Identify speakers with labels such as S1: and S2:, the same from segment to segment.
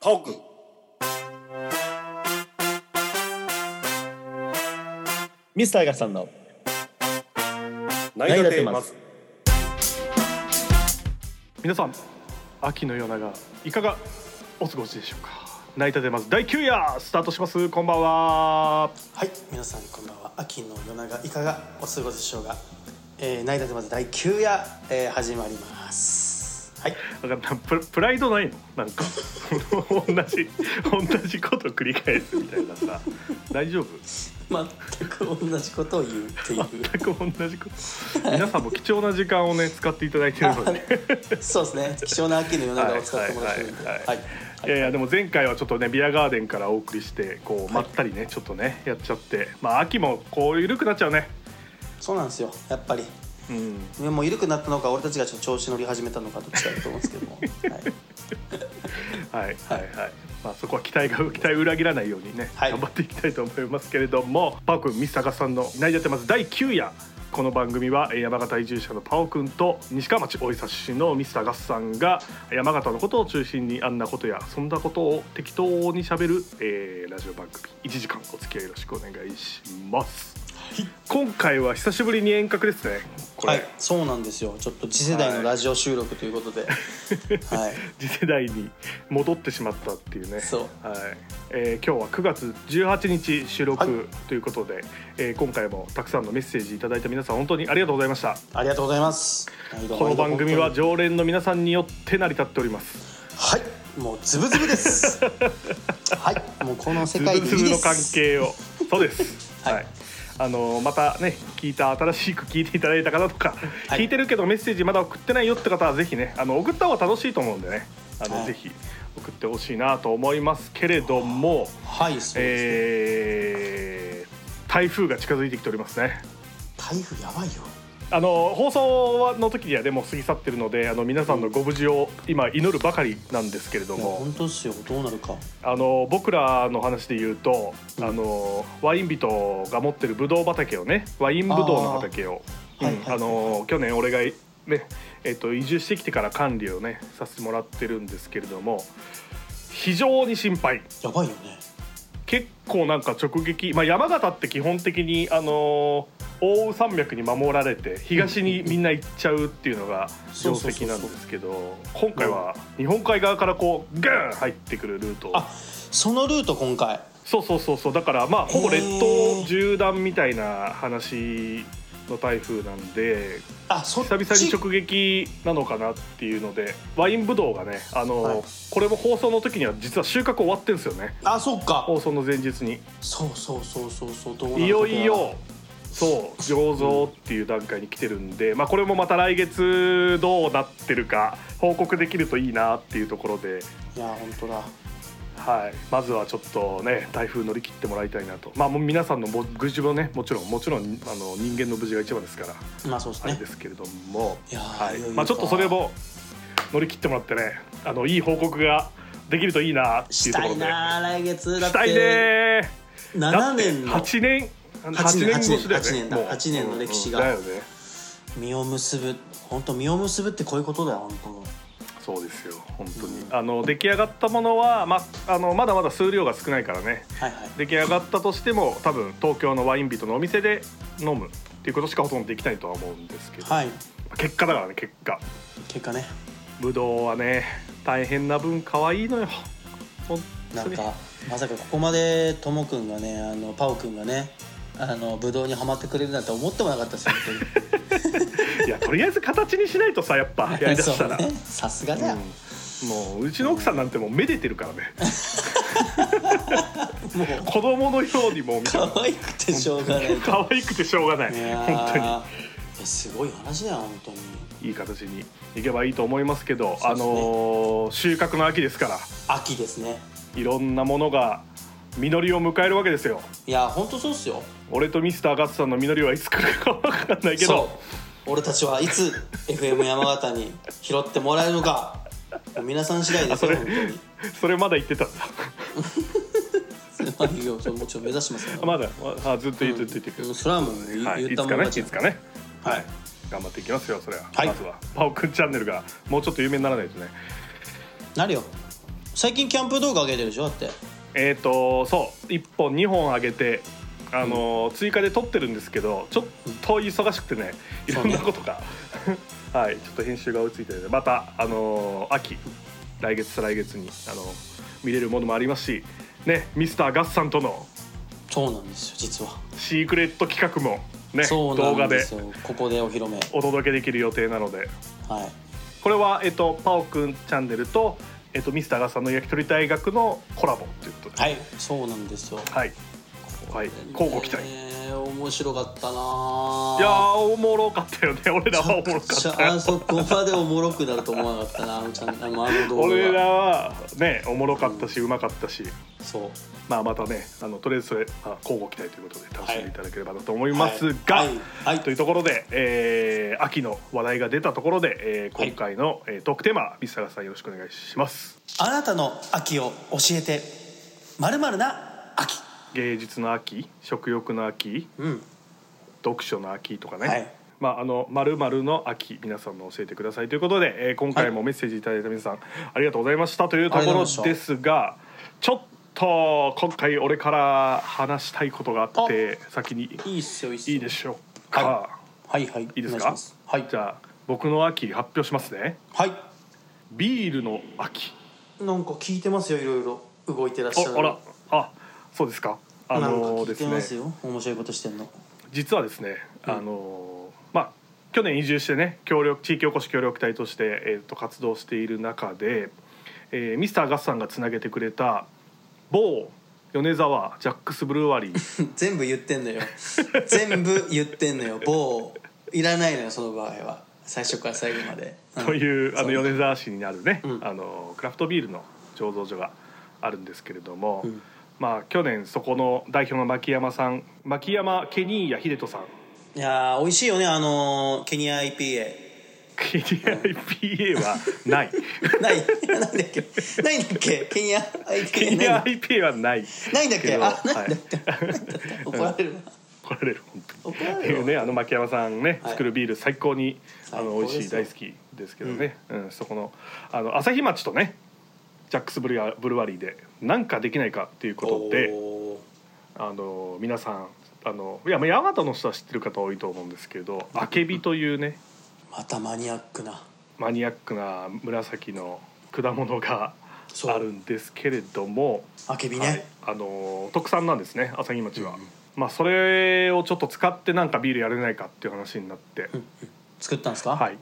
S1: トーク
S2: ミスターガさんの
S1: 何が
S2: が
S1: テ
S2: テ
S1: ー
S2: ー
S1: マ
S2: マ
S3: 皆さん秋の夜長いかがお過ごしでしょうか泣いたてます第9夜スタートしますこんばんは
S4: はい、皆さんこんばんは。秋の夜長いかがお過ごしでしょうか。えー、内田でまず第9夜、えー、始まります。はい、
S3: なんかププライドないのなんか 同じ同じこと繰り返すみたいなさ大丈夫
S4: 全く同じことを言うっていう。
S3: 全く同じこと皆さんも貴重な時間をね使っていただいてるので、ね、
S4: そうですね。貴重な秋の夜長を使ってもらってるんで。
S3: は
S4: はいい、
S3: はいいやいやでも前回はちょっとねビアガーデンからお送りしてこうまったりねちょっとねやっちゃってまあ秋もこう緩くなっちゃうね
S4: そうなんですよ。やっぱり。
S3: うん
S4: もう緩くなったのか、俺たちがちょっと調子乗り始めたのか、どっちかだと思うんですけども。はい、
S3: はいはいはい。まあそこは期待が期待を裏切らないようにね、
S4: はい
S3: 頑張っていきたいと思いますけれども、パオくんミスタカさんの内田てます第9夜。この番組はえー山形移住者のパオくんと西川町大井佐出身のミスターガスさんが山形のことを中心にあんなことやそんなことを適当にしゃべる、えーラジオ番組1時間お付き合いよろしくお願いします、今回は久しぶりに遠隔ですねこれ、
S4: はい、そうなんですよ。ちょっと次世代のラジオ収録ということで。はい、
S3: 次世代に戻ってしまったっていうね
S4: そう
S3: はいえー今日は9月18日収
S4: は
S3: 録ということで、えー今回もたくさんのメッセージいただいた皆さん本当にありがとうございました
S4: ありがとうございます。毎度
S3: この番組は
S4: 毎度
S3: 常連の皆さんによって成り立っております
S4: 本当にはい、もうズブズブ です。はい、もうこの世
S3: ズ
S4: 界
S3: ブ
S4: でい
S3: ズ
S4: い
S3: ブ
S4: で
S3: の
S4: す。
S3: 関 係をそうです
S4: はい
S3: はいあのーまたね聞いた新しく聞いていただいた方とか、
S4: はい
S3: 聞いてるけどメッセージまだ送ってないよって方はぜひねあの送った方が楽しいと思うんでねあの、
S4: はい
S3: ぜひ送ってほしいなと思いますけれども、
S4: はい、そうですね。
S3: えー台風が近づいてきておりますね。
S4: 台風やばいよ。
S3: あの放送の時にはでも過ぎ去ってるのであの皆さんのご無事を今祈るばかりなんですけれど
S4: いや
S3: も
S4: 本当ですよ。どうなるか。
S3: あの僕らの話で言うと
S4: うん
S3: あのワイン人が持ってるブドウ畑をねワインブドウの畑を
S4: あ
S3: うん
S4: ーはいはい
S3: あの去年俺がねえっと移住してきてから管理をねさせてもらってるんですけれども非常に心配。
S4: やばいよね。
S3: 結構なんか直撃、まあ、山形って基本的に、あのー奥羽山脈に守られて東にみんな行っちゃうっていうのが
S4: そうそう
S3: 定
S4: そうそ
S3: 石
S4: う
S3: なんですけど今回は日本海側からこうグーン入ってくるルート
S4: あ、そのルート今回。
S3: そうそうそうそうだからまあほぼ列島縦断みたいな話の台風なんで
S4: あ、そっち
S3: 久々に直撃なのかなっていうのでワインブドウがね、あのー
S4: はい
S3: これも放送の時には実は収穫終わってるんですよね
S4: あ、そっか。
S3: 放送の前日に。
S4: そうそうそうそうそう。どうなる
S3: い
S4: ことや
S3: よ
S4: ら
S3: い。よそう醸造っていう段階に来てるんで、まあ、これもまた来月どうなってるか報告できるといいなっていうところで、
S4: いや、本当だ。
S3: はい、まずはちょっとね台風乗り切ってもらいたいなと、まあ、もう皆さんのも無事もねもちろんもちろんあの人間の無事が一番ですから
S4: まあ、そうです
S3: あれ
S4: ね
S3: で。すけれども、
S4: いやー
S3: はい
S4: いよいよ
S3: まあ、ちょっとそれも乗り切ってもらってねあのいい報告ができるといいなってい
S4: し
S3: うと
S4: た
S3: ころ
S4: い
S3: で。
S4: なあ、来月。だっ
S3: したいね
S4: て。
S3: ー
S4: 7年の
S3: 8年
S4: 八年
S3: 越しだよね
S4: 八年だ
S3: もう
S4: 八年の歴史が
S3: うんうんだよね
S4: 実を結ぶ。本当実を結ぶってこういうことだよ。本
S3: そうですよ本当に、
S4: うん
S3: あの出来上がったものは、ま、あのまだまだ数量が少ないからね
S4: 当。はいはい。
S3: 出来上がったとしても多分東京のワイン人のお店で飲むっていうことしかほとんどできないとは思うんですけど、
S4: はい。
S3: 結果だからね結果
S4: 結果ね。
S3: ぶどうはね大変な分可愛いのよ本
S4: な
S3: 当
S4: ん
S3: に
S4: かまさかここまでともくんがねあのパオくんがねあのブドウにはまってくれるなんて思ってもなかったですよ本当に
S3: いやとりあえず形にしないとさやっぱやりだしたら、
S4: そうねさすがだよ、
S3: うんもううちの奥さんなんてもうめでてるか らね
S4: もう
S3: 子供のようにもう見て
S4: 可愛くてしょうが ない
S3: 可愛くてしょうがない
S4: いやー
S3: 本当に
S4: えすごい話だよ本当に
S3: いい形にいけばいいと思いますけど
S4: そう
S3: あ
S4: ですね
S3: のー収穫の秋ですから
S4: 秋ですね
S3: いろんなものが実りを迎えるわけですよ
S4: いや本当そうっすよ
S3: 俺とミスターガッツさんの実りはいつ来るか分かんないけ
S4: そう
S3: ど
S4: 俺たちはいつ FM 山形に拾ってもらえるのかもう皆さん次第ですよ
S3: あ
S4: 本当に
S3: それまだ言ってたん だ
S4: まあ いいよそれもちろん目指してますよ
S3: まだあずっと言って言って言ってく
S4: う
S3: る
S4: んそれはもう言,、
S3: はい、
S4: 言
S3: い
S4: っ
S3: つ
S4: た
S3: か
S4: もん
S3: ねい
S4: 勝ち
S3: つかね
S4: はい
S3: はい頑張っていきますよそれは、
S4: はい
S3: まずはパオくんチャンネルがもうちょっと有名にならないとね
S4: なるよ最近キャンプ動画上げてるでしょだって
S3: えっ、とそう1本2本あげてあの、追加で撮ってるんですけどちょっと忙しくてねいろんなことが、 はいちょっと編集が追いついてないのでまたあの秋来月再来月にあの見れるものもありますしねミスターガッサンとの
S4: そうなんですよ実は、
S3: シークレット企画もね
S4: そう
S3: 動
S4: な
S3: 画
S4: んで
S3: です
S4: よここでお披露目
S3: お届けできる予定なので
S4: はい
S3: これは、えっと、パオくんチャンネルと、えっと、ミスターガッサンの焼き鳥大学のコラボということで
S4: はいそうなんですよ
S3: はい、はい、交互期待
S4: えー面白かったない
S3: やーおもろかったよね 俺らはおもろか
S4: ちょ
S3: っ
S4: っと
S3: た
S4: あ
S3: よ
S4: そこまでおもろくなると思わなかったなあのちゃんあのあの動画
S3: 俺ら
S4: は
S3: はねおもろかったしうまかったし
S4: そう
S3: まあまたねあのとりあえずそれ、まあ、交互期待ということで楽しんでいただければなと思いますが、
S4: はいはいはい
S3: というところで、えー秋の話題が出たところで、えー今回の、えートークテーマミスターガッサンよろしくお願いします
S4: あなたの秋を教えてまるまるな秋
S3: 芸術の秋食欲の秋
S4: うん
S3: 読書の秋とかね、
S4: はい
S3: まああの〇〇の秋皆さんの教えてくださいということで、えー今回もメッセージいただいた皆さん、ありがとうございましたというところですがちょっと今回俺から話したいことがあって先に
S4: いいっすよいいっすよ
S3: いいでしょうか、
S4: ははいはい
S3: い、いです
S4: お願
S3: か
S4: しますはい
S3: じゃあ僕の秋発表しますね
S4: はい
S3: ビールの秋
S4: なんか聞いてますよいろいろ動いてらっしゃる
S3: ああらあそうですかあ
S4: なんか
S3: の
S4: 聞い
S3: です
S4: てます
S3: ね
S4: よ、面白いことしてんの
S3: 実はですね、
S4: うん
S3: あのまあ去年移住してね協力地域おこし協力隊として、えー、と活動している中で、えーミスターガッサンがつなげてくれた某米沢ジャックスブ ルワリー
S4: 全部言ってんの よ全部言ってんのよ某いらないのよその場合は最初から最後まで、うん
S3: というあの
S4: そう
S3: 米沢市にあるね、
S4: うん
S3: あのクラフトビールの醸造所があるんですけれども、
S4: うん
S3: まあ去年そこの代表の牧山さん牧山ケニーヤ秀人さん
S4: いやー美味しいよねあのーケニア IPA
S3: ケニーヤ IPA はない。
S4: ないなんだっけないんだっけケニア IPA
S3: ケニ
S4: ない
S3: ー IPA はない。
S4: ないんだっけ
S3: ど
S4: あないんだっけ、
S3: はい
S4: 怒られるわ
S3: 怒られる本当に。
S4: 怒られるわ
S3: ねあの牧山さんね、
S4: はい
S3: 作るビール最高にあ
S4: 最
S3: の美
S4: 高で
S3: 味しい
S4: すよ
S3: 大好きですけどね。うん、そこのあの朝日町とね。ジャックスブルヤブルワリーでなんかできないかっていうことで
S4: おー
S3: あの皆さんあのいやまあヤマトの人は知ってる方多いと思うんですけどアケビというね
S4: またマニアックな
S3: マニアックな紫の果物が
S4: そう
S3: あるんですけれども
S4: あけびね、
S3: はい、あのー特産なんですね朝日町は、まあそれをちょっと使ってなんかビールやれないかっていう話になって、
S4: 作ったんですか、
S3: はい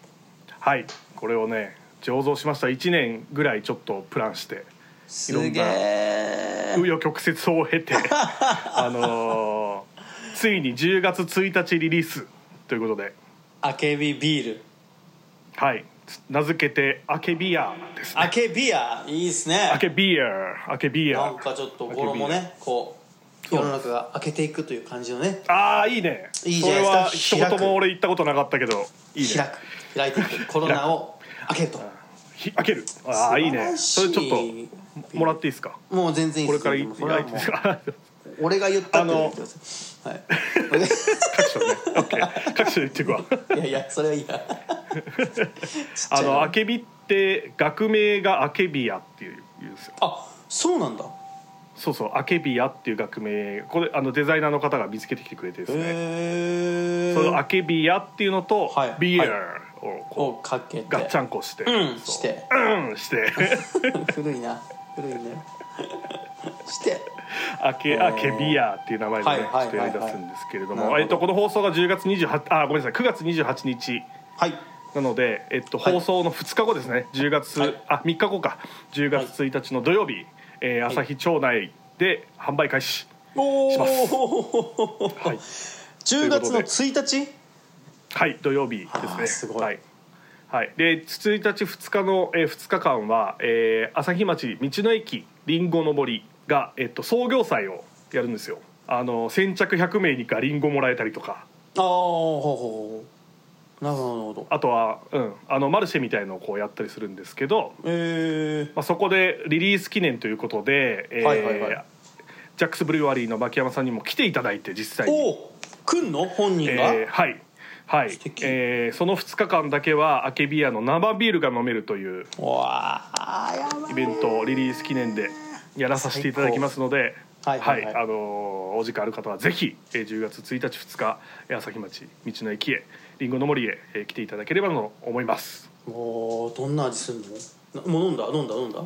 S3: はいこれをね醸造しました1年ぐらいちょっとプランして
S4: すげ
S3: 紆
S4: え
S3: 余曲折を 経てあのーついに10月1日リリースということで
S4: あけびビール
S3: はい名付けて「アケビア」ですね
S4: あけビアいいっすね
S3: 「アケビア」「アケビ
S4: な
S3: ア
S4: ん」かちょっと語呂もねこう世の中が開けていくという感じのね
S3: ああいいね
S4: いいじゃないですか
S3: それは一言も俺言ったことなかったけどいいね
S4: 開く開いてい くコロナを開けると
S3: ひ開けるああいいねそ
S4: 素
S3: れ
S4: 晴
S3: ち
S4: ら
S3: ょ
S4: し
S3: っ
S4: い
S3: ともらっていいですか
S4: もう全然いい
S3: こ
S4: っ
S3: れ
S4: す
S3: からいい
S4: もうそれはもう
S3: ですか
S4: 俺が言ったって言ってくださいは
S3: 各所ね OK 各所言っていくわ
S4: い いやいやそれはいい や
S3: あのあけびって学名があけびやっていう言うんですよ
S4: あそうなんだ
S3: そうそうあけびやっていう学名これあのデザイナーの方が見つけてきてくれてですね
S4: へえ
S3: そのあけびやっていうのと
S4: はい
S3: ビア
S4: は
S3: をこ
S4: をかけて
S3: うガッチャンコして
S4: うん
S3: そう
S4: して
S3: うんして
S4: 古いな古いね して
S3: あけあけびやっていう名前でね
S4: はいはい
S3: して
S4: はいはい
S3: 出すんですけれど
S4: なるほ
S3: も
S4: ど
S3: えっとこの放送が10月28あごめんなさい9月28日
S4: はい
S3: なので、えっと、
S4: はい
S3: 放送の2日後ですね、10月、
S4: はい
S3: あ3日後か10月1日の土曜日、えー朝日町内で販売開始、
S4: お
S3: します
S4: お
S3: はい
S4: 10月の1日
S3: はい、土曜日
S4: あ
S3: で
S4: ー
S3: す
S4: す
S3: ね
S4: ごい
S3: はいはい、で1日2日の、えー、2日間は、えー朝日町道の駅りんごの森が、えっと、創業祭をやるんですよあの先着100名にかりんごもらえたりとか
S4: ああほうほうほうなるほど
S3: あとは、うん、あのマルシェみたいのをこうやったりするんですけど、
S4: えー、
S3: まあ、そこでリリース記念ということで、えー
S4: はいはいはい
S3: ジャックスブリュワリーの牧山さんにも来ていただいて実際に、
S4: おお来んの本人が、
S3: えーはい、はい
S4: 素敵
S3: えーその2日間だけはアケビアの生ビールが飲めるという
S4: わあやばい
S3: ベントリリース記念でやらさせていただきますので、
S4: 最高はいはいはい
S3: あのーお時間ある方はぜひ、えー10月1日2日えー朝日町道の駅へりんごの森へ、えー来ていただければと思います。
S4: もうどんな味するのなもう飲んだ飲んだ飲んだ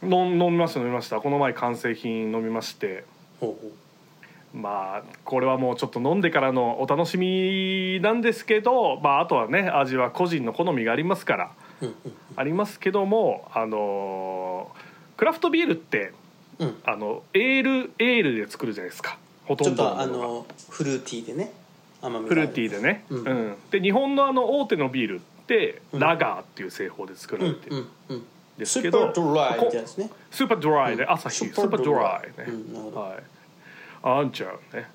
S4: ほ
S3: の飲みました飲みましたこの前完成品飲みまして
S4: うほう
S3: まあこれはもうちょっと飲んでからのお楽しみなんですけど、まあ、あとはね味は個人の好みがありますから
S4: うん
S3: ありますけどもあのークラフトビールって
S4: うんうん
S3: あのエールエールで作るじゃないですかほと
S4: ちょ
S3: ん
S4: っ
S3: どのもの
S4: と
S3: が
S4: あのフルーティーでね甘みが
S3: フルーティー
S4: で
S3: でね、
S4: う
S3: うんんで日本のあの大手のビールって
S4: うん
S3: ラガーっていう製法で作
S4: う
S3: ら
S4: ん
S3: れて
S4: う
S3: る
S4: んうん
S3: で
S4: ス
S3: すけ
S4: ー
S3: ど、
S4: パードライっ
S3: こ
S4: てやつね
S3: スーパードライで
S4: うん
S3: 朝日、
S4: ス
S3: ス
S4: ーパ
S3: ーパ
S4: ード
S3: ード
S4: ラ
S3: ラ
S4: イ
S3: イね、
S4: うんなるほど
S3: はいあんちゃんね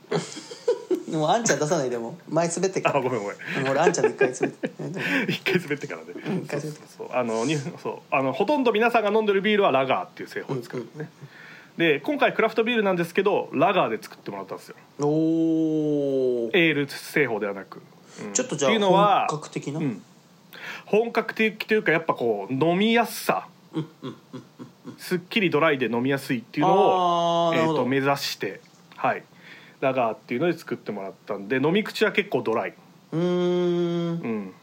S4: でもあんちゃん出さないでも前滑ってっか
S3: あ
S4: ら
S3: ごめんごめ ん
S4: もう俺あんちゃんで一回滑ってえでも
S3: 一回滑ってからね。
S4: 一回滑って
S3: そうそうそうあのにそうあのほとんど皆さんが飲んでるビールはラガーっていう製法で作るんですね。で今回クラフトビールなんですけどラガーで作ってもらったんですよ。
S4: おー
S3: エール製法ではなく。うん
S4: ちょっとじゃあ
S3: っていうのは
S4: 本格的な、
S3: うん、本格的というかやっぱこう飲みやすさ、すっきりドライで飲みやすいっていうの
S4: あ
S3: を
S4: ー
S3: え
S4: なるほ
S3: ー
S4: ど
S3: と目指してはいラガーっていうので作ってもらったんで飲み口は結構ドライ。
S4: うーん
S3: うん、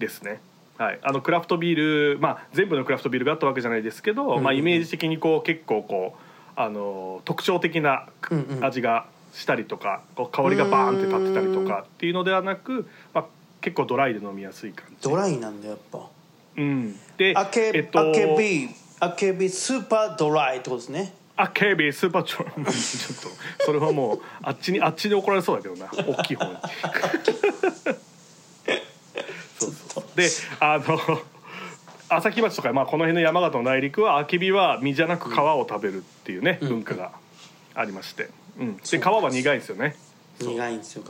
S3: ですね。はい、あのクラフトビール、まあ、全部のクラフトビールがあったわけじゃないですけど、
S4: うん
S3: まあ、イメージ的にこう結構こう、あのー特徴的な
S4: うんうん
S3: 味がしたりとか、こう香りがバーンって立ってたりとかっていうのではなく、まあ、結構ドライで飲みやすい感じ。
S4: ドライなんだやっぱ
S3: うん、で
S4: あけ、
S3: えっと、
S4: あけびあけびスーパードライってことですね
S3: あけびスーパーチ ョちょっとそれはもうあっちにあっちで怒られそうだけどな大きい方にそうそうであの朝日町とか、まあ、この辺の山形の内陸はあけびは実じゃなく皮を食べるっていうね、文化がありまして、うん、で皮は苦いんですよね、
S4: 苦いんですよ皮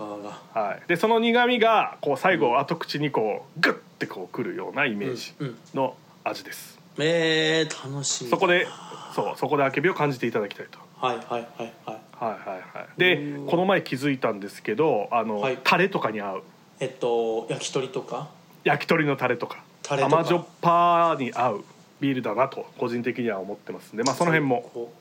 S4: が
S3: はい、でその苦みがこう最後後口にこうグッてこうくるようなイメージの味です、
S4: えー、楽しみ
S3: そこでそうそこであけびを感じていただきたいと。
S4: はいはいはいはい
S3: はいはいはい、でこの前気づいたんですけどあの、
S4: はい
S3: タレとかに合う
S4: えっと焼き鳥とか
S3: 焼き鳥のタレとか
S4: タレとか
S3: 甘じょっぱに合うビールだなと個人的には思ってますんで、まあ、その辺も
S4: こ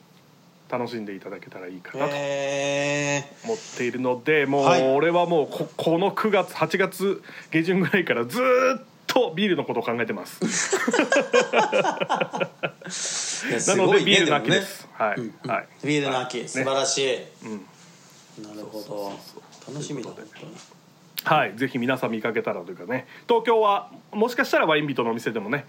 S3: 楽しんでいただけたらいいか
S4: う
S3: なと
S4: え
S3: 思っているのでもう
S4: はい
S3: 俺はもうここの9月8月下旬ぐらいからずーっとビールのことを考えてます。
S4: ー、いや
S3: な
S4: す
S3: の
S4: ご
S3: で
S4: いね
S3: ビールの秋
S4: も
S3: で
S4: ね
S3: す。はい、
S4: うんうん
S3: はい、
S4: ビールの秋、素晴
S3: ね
S4: らしい、
S3: ん
S4: なるほど
S3: そうそうそう
S4: 楽しみだ本
S3: はい、ぜひ皆さん見かけたらというかね東京はもしかしたらワインビートのお店でもね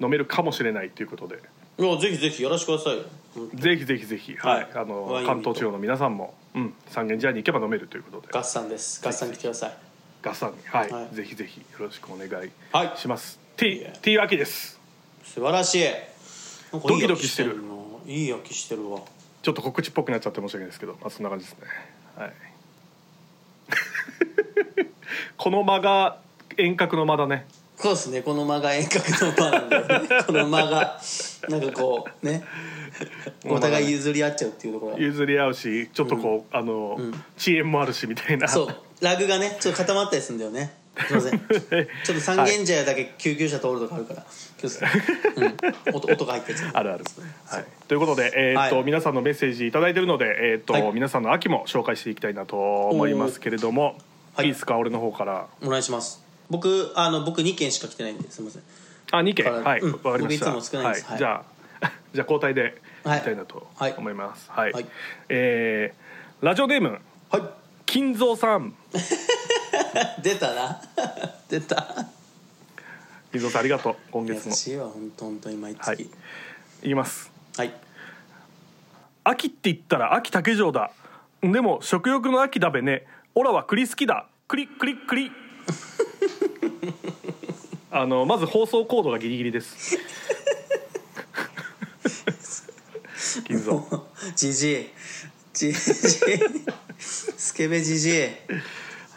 S3: 飲めるかもしれないということで
S4: 当にいやぜひぜひやらしてくださいようん
S3: ぜひぜひぜひ、は
S4: は
S3: い
S4: い
S3: あ
S4: ワイ
S3: の
S4: ン
S3: 関東地方の皆さんも、うん、三軒茶屋に行けば飲めるということで
S4: ガッサンですガッサン来てください
S3: ガスさんに、はい
S4: はい
S3: ぜひぜひよろしくお願い
S4: はい
S3: します。
S4: いえ
S3: T T わけです
S4: 素晴らしいなんかいい
S3: ドキド
S4: 焼き
S3: キしてる
S4: な。いい焼きしてるわ
S3: ちょっと告知っぽくなっちゃって申し訳ないですけど、まあ、そんな感じですね。はい、 この間が遠隔の間だね
S4: そうですねこの間が遠隔の間なんだよねこの間がなんかこうねお互い譲り合っちゃうっていうところが
S3: 譲り合うしちょっとこう、あの、遅延もあるしみたいな
S4: そうラグがねちょっと固まったりするんだよねすいませ んちょっと三軒茶屋だけ救急車通るとかあるから気をつけて、うん、音音が入ってる
S3: あるある。はい、ということで、えーっと
S4: はい
S3: 皆さんのメッセージいただいてるので、えーっと
S4: はい
S3: 皆さんの秋も紹介していきたいなと思いますけれども、
S4: おー
S3: い、いですか俺の方から。
S4: お願いします僕あの僕二軒しか来てないんですいません
S3: あ2件
S4: はい
S3: はい
S4: うん
S3: わ、かりました。
S4: 僕いつも少ないです
S3: はい
S4: はい
S3: じゃあ じゃあ交代でい
S4: はい
S3: きたいなと
S4: はい
S3: 思います。はい、
S4: はい
S3: えーラジオネーム
S4: は
S3: 金蔵さん
S4: い出た な出た
S3: 金蔵さんありがとう今
S4: 優
S3: 月も
S4: しいわ本当本当に毎
S3: はい
S4: 月
S3: 言います。
S4: はい、
S3: 秋って言ったら秋竹城だ。でも食欲の秋だべね。オラは栗好きだ。栗栗 栗。あのまず放送コードがギリギリです。 金蔵。
S4: ジジイジジイスケベジジイ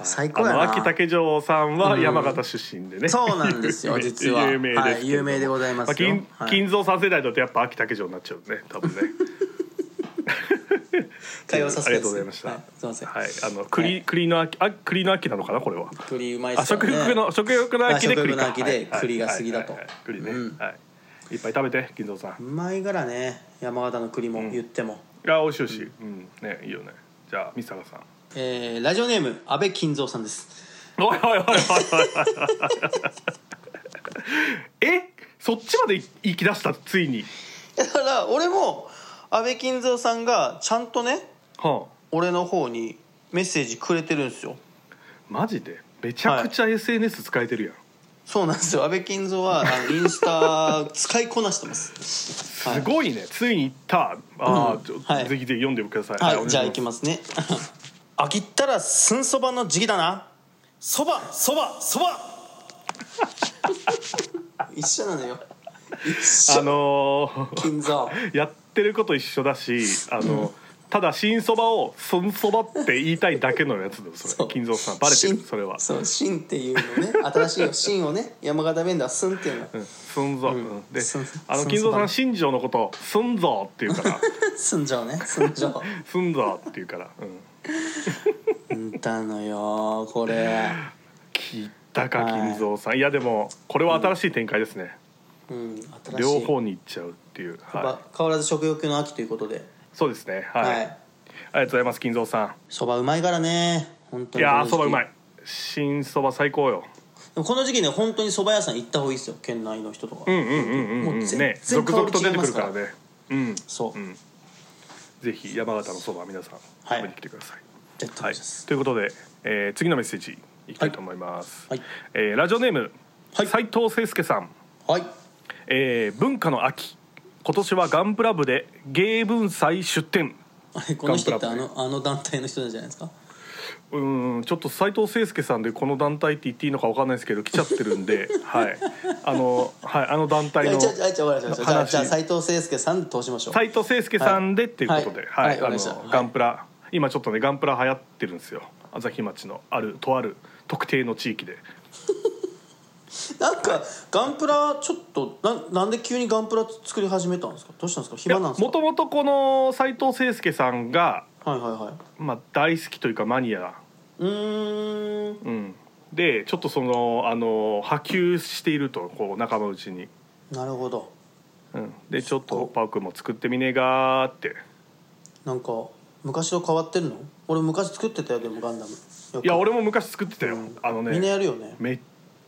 S4: 最
S3: あ
S4: 高や
S3: の
S4: な
S3: 秋竹城さんは山形出身でね。
S4: そうなんですよ
S3: 有名
S4: 実は
S3: 有名ですけど
S4: はい有名でございますよ
S3: 金
S4: はい
S3: 金蔵さん世代だとやっぱ秋竹城になっちゃうね。多分ね。
S4: 会話させて
S3: ありがとうございました。
S4: はすいません、、
S3: はいい、あの栗、栗の秋、あ、栗の秋なのかな、これは。
S4: 栗うまいっ
S3: あ
S4: すよ
S3: 食
S4: ね
S3: 欲の食欲の秋で
S4: あ食
S3: 栗
S4: 欲の
S3: か
S4: 秋で栗が過ぎだと
S3: はいはいはいはい栗ね、
S4: うん
S3: はいいっぱい食べて金蔵さん
S4: うまいからね山形の栗も
S3: ん
S4: 言っても、
S3: あ美味しい美味しい、うんねいいよねじゃあミサガさん
S4: えーラジオネーム安倍金蔵さんです
S3: おいおいおいおいおいおいえそっちまで行き出したついに
S4: だから俺も安倍金蔵さんがちゃんとね
S3: はあ
S4: 俺の方にメッセージくれてるんですよ
S3: マジでめちゃくちゃ SNS 使えてるやん、
S4: そうなんですよ安倍金蔵はあのインスタ使いこなしてますは
S3: すごいねついに行ったあー、ちょ
S4: うんはい
S3: ぜひぜひ読んでください
S4: はい、
S3: お願
S4: じゃあ
S3: し
S4: 行きますね 飽きったらすんそばの時期だなそばそばそば一緒なのよ一
S3: あ
S4: 緒
S3: のー
S4: 金蔵
S3: やってること一緒だしあの、ただ新そばを「そんそば」って言いたいだけのやつだよそ
S4: そ
S3: れ
S4: う
S3: 金蔵さんバレてる
S4: しん
S3: それは
S4: そう「しん」っていうのね新しいよ「しん」をね山形弁では「すん」っていうの
S3: 「そんぞ」うんで
S4: そ
S3: あの
S4: そん
S3: 金
S4: そ
S3: 蔵さ
S4: ば
S3: ん新庄のことを「そんぞ」って言 うから
S4: 「すんじょう」ね「すんじょ
S3: 「すんぞ」って言うから、うん、
S4: う」んたのよこれ
S3: 聞いたか
S4: はい
S3: 金蔵さんいやでもこれは新しい展開ですね、
S4: うん新しい
S3: 両方に行っちゃうっていう、
S4: やっぱ
S3: はい、
S4: 変わらず食欲の秋ということで
S3: そうですねはい、
S4: は
S3: あり
S4: い
S3: がとうございます金蔵さ
S4: そば、うまいからね本当
S3: んい
S4: にこ
S3: や
S4: の
S3: ー
S4: 時期
S3: そばうまい新そば最高よ
S4: でもこの時期ね本当に蕎麦屋さん行った方がいいですよ県内の人とか、
S3: うんうんうんうん
S4: もう
S3: うん
S4: 全
S3: ね
S4: 然
S3: 続々と
S4: 香り違い
S3: 出て
S4: ま
S3: く
S4: す
S3: る
S4: か
S3: かららねうん
S4: そう、
S3: うんぜひ山形のそば皆さん
S4: はい
S3: 食べに来てください、
S4: 絶対
S3: はい
S4: 美味しいです、
S3: ということで、えー次のメッセージいきたいと思います、
S4: はい
S3: えーラジオネーム、
S4: はい
S3: 斉藤誠介さん、
S4: はい
S3: えー文化の秋今年はガンプラ部で芸文祭出展
S4: あ れこの人って
S3: ガ
S4: あ
S3: ンプラ
S4: のあの団体の人なんじゃないですか
S3: うーんちょっと斉藤誠介さんでこの団体って言っていいのかわかんないですけど来ちゃってる んではいあのはいあの団
S4: い
S3: 体
S4: や
S3: の
S4: じゃあじゃあじゃあわかりましたじゃあ
S3: 話
S4: じゃあ斎藤誠介さんで通しましょう
S3: 斉藤誠介さんでっていうことで、
S4: はい
S3: は
S4: はい
S3: いあ
S4: わかりましたは
S3: の
S4: い
S3: ガンプラ、今ちょっとねガンプラ流行ってるんですよ朝日町のあるとある特定の地域で
S4: なんかガンプラちょっとなんなんで急にガンプラ作り始めたんですかどうしたんですか暇なんです
S3: も
S4: か
S3: ともとこの斉藤誠介さんが、
S4: はいはいはい
S3: まあ、大好きというかマニア、
S4: うーん
S3: うん、でちょっとそのあの波及しているとこう仲間うちに、
S4: なるほど
S3: うん、でちょっとパークも作ってみねえがーって
S4: なんか昔と変わってるの俺昔作ってたよでもガンダムよく
S3: いや俺も昔作ってたよ、あの
S4: みんな
S3: ね
S4: やるよね
S3: め,、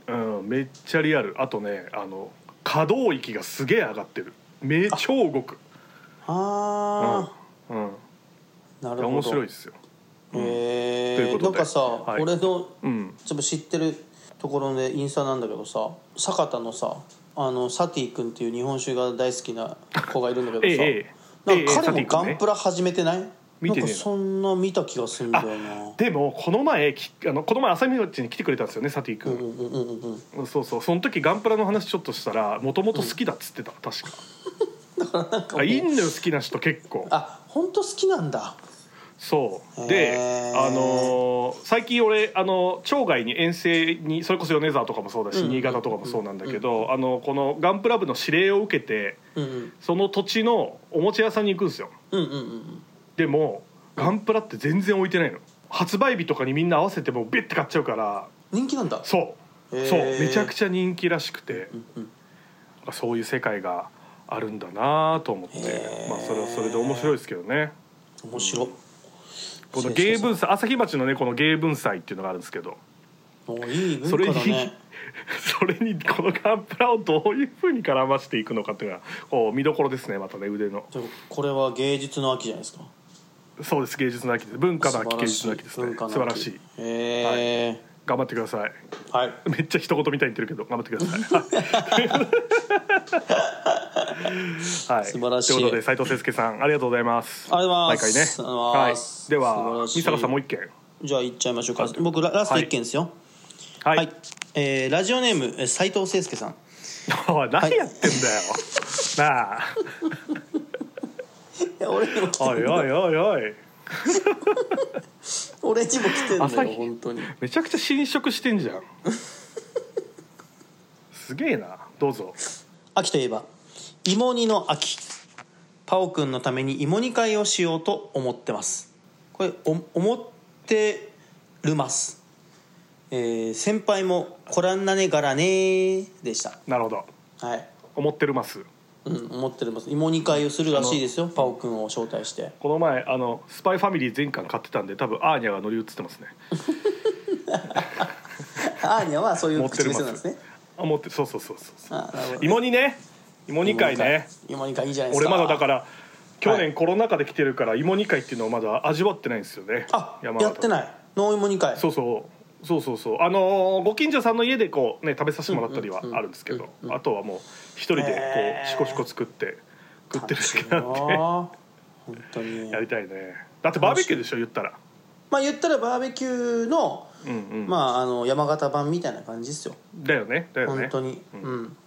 S3: うん、めっちゃリアルあとねあの可動域がすげえ上がってるめ超動く
S4: あ
S3: うん、
S4: あ、なるほど
S3: 面白いですよ。
S4: へ
S3: という
S4: え
S3: こと
S4: な
S3: で
S4: んかさ、
S3: はい
S4: 俺の
S3: うん、
S4: ちょっと知ってるところでインスタなんだけどさ坂田のさあのサティ君っていう日本酒が大好きな子がいるんだけどさ
S3: ええええ
S4: なんか
S3: ええ
S4: 彼
S3: ええ
S4: もガンプラ始めてない、
S3: 見て
S4: な
S3: ねえな
S4: か
S3: ん
S4: そんな見た気がするんだよな
S3: でもこの前きあのこの前朝日町に来てくれたんですよねサティ
S4: うん
S3: 君、
S4: うんうんうんうん
S3: そうそうその時ガンプラの話ちょっとしたらもともと好きだっつってた、確か
S4: だから なんかも
S3: あ
S4: う
S3: いいんだよ好きな人結構
S4: あ本当好きなんだ
S3: そう
S4: へ
S3: で
S4: ー
S3: あのー最近俺あの町外に遠征にそれこそ米沢とかもそうだし、
S4: うん
S3: 新潟とかもそうなんだけど、あのこのガンプラ部の指令を受けて
S4: うんうん
S3: その土地のおもちゃ屋さんに行くんですよ
S4: うんうんうん
S3: でもガンプラって全然置いてないの発売日とかにみんな合わせてもうビュッて買っちゃうから
S4: 人気なんだ
S3: そう、
S4: へー
S3: そうめちゃくちゃ人気らしくて、
S4: うんうん
S3: そういう世界があるんだなと思って
S4: へー
S3: まあそれはそれで面白いですけどね
S4: 面白いそうそ
S3: この
S4: うそう
S3: 芸文祭朝日町のねこの芸文祭っていうのがあるんですけど
S4: もういい文
S3: それ
S4: 化
S3: に、
S4: だね
S3: それにこのガンプラをどういうふうに絡ましていくのかっていうのはこう見どころですねまたね腕の
S4: でもこれは芸術の秋じゃないですか
S3: そうです芸術の秋です文化の秋芸術の秋ですね
S4: 文化
S3: 素
S4: の秋
S3: 晴らしい
S4: へえ
S3: 頑張ってください
S4: はい、
S3: めっちゃ一言みたいに言ってるけど頑張ってくださ い。 はい、
S4: 素晴らしい
S3: ということで斉藤節介さんありがとうございます。
S4: ありがとうございます
S3: 毎回ね。
S4: あ
S3: は
S4: りがとうござい
S3: い
S4: ます。
S3: で
S4: 素晴
S3: は
S4: らしい
S3: 三坂さんもう一件。
S4: じゃあ行っちゃいましょうか僕ララスト一件ですよ
S3: は
S4: はい、
S3: い。
S4: えーラジオネームえー斉藤誠介さ ん
S3: おい 何やってんだよ。 なあ。
S4: いや俺にも来て
S3: おい
S4: る
S3: おいおいおい。
S4: 俺にも来てん
S3: 朝
S4: だ
S3: 日
S4: よ本当に
S3: めちゃくちゃ侵食してんじゃん。 すげえな。どうぞ。
S4: 秋といえば芋煮の秋パオくんのために芋煮会をしようと思ってますこれお思ってるます、えー先輩も「こらんなねがらねー」でした
S3: なるほど。
S4: はい
S3: 思ってるます。
S4: うん、思ってます芋煮会をするらしいですよパオくんを招待 して
S3: この前あのスパイファミリー全巻買ってたんで多分アーニャが乗り移ってますね
S4: アーニャはそういう
S3: 持って
S4: 口
S3: る
S4: 癖
S3: ま
S4: なんです
S3: す
S4: ね
S3: あ持ってそうそうそうそうそう
S4: あなるほど
S3: 芋煮ね芋煮会ね
S4: 芋煮会いいじゃないです
S3: 俺
S4: か
S3: まだだから去
S4: は
S3: 年コロナ禍で来てるから芋煮会っていうのをまだ味わってないんですよね
S4: あ
S3: 山形
S4: やってないノー芋煮会
S3: そうそうそうそうそうあのーご近所さんの家でこうね食べさせてもらったりはあるんですけど、あとはもう一人でこ
S4: へー
S3: うシコシコ作って食ってるだけ
S4: 楽
S3: なん
S4: しい
S3: で
S4: な本当に
S3: やりたいねだってバーベキューでしょ言ったら
S4: まあ言ったらバーベキューの
S3: うんうん、
S4: まああの山形版みたいな感じですよ
S3: だよねだよ
S4: 本
S3: ね
S4: 当にうん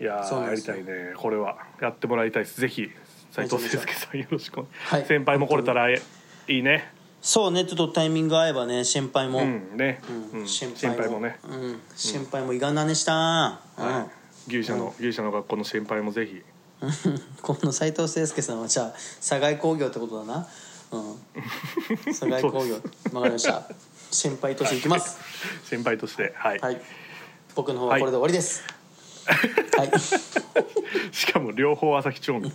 S3: いや
S4: そう
S3: ー
S4: なん
S3: や
S4: で
S3: り
S4: すよ
S3: たいねこれはやってもらいたいですぜひ斉藤誠介さんよろしくお願い、
S4: はい
S3: 先輩も来れたらいいね
S4: そうねちょっとタイミング合えばね先輩も
S3: うんね、うん
S4: 先
S3: 先
S4: 輩も
S3: 輩もね
S4: うん先輩もいがんなねしたうん
S3: 牛舎の牛舎の学校の先輩もぜひ
S4: この斉藤誠介さんはじゃあ佐賀工業ってことだな うん佐賀工業わかりました先輩としていきます
S3: 先輩としてはい、
S4: はい僕の方はこれで終わりですはい、
S3: しかも両方朝日町民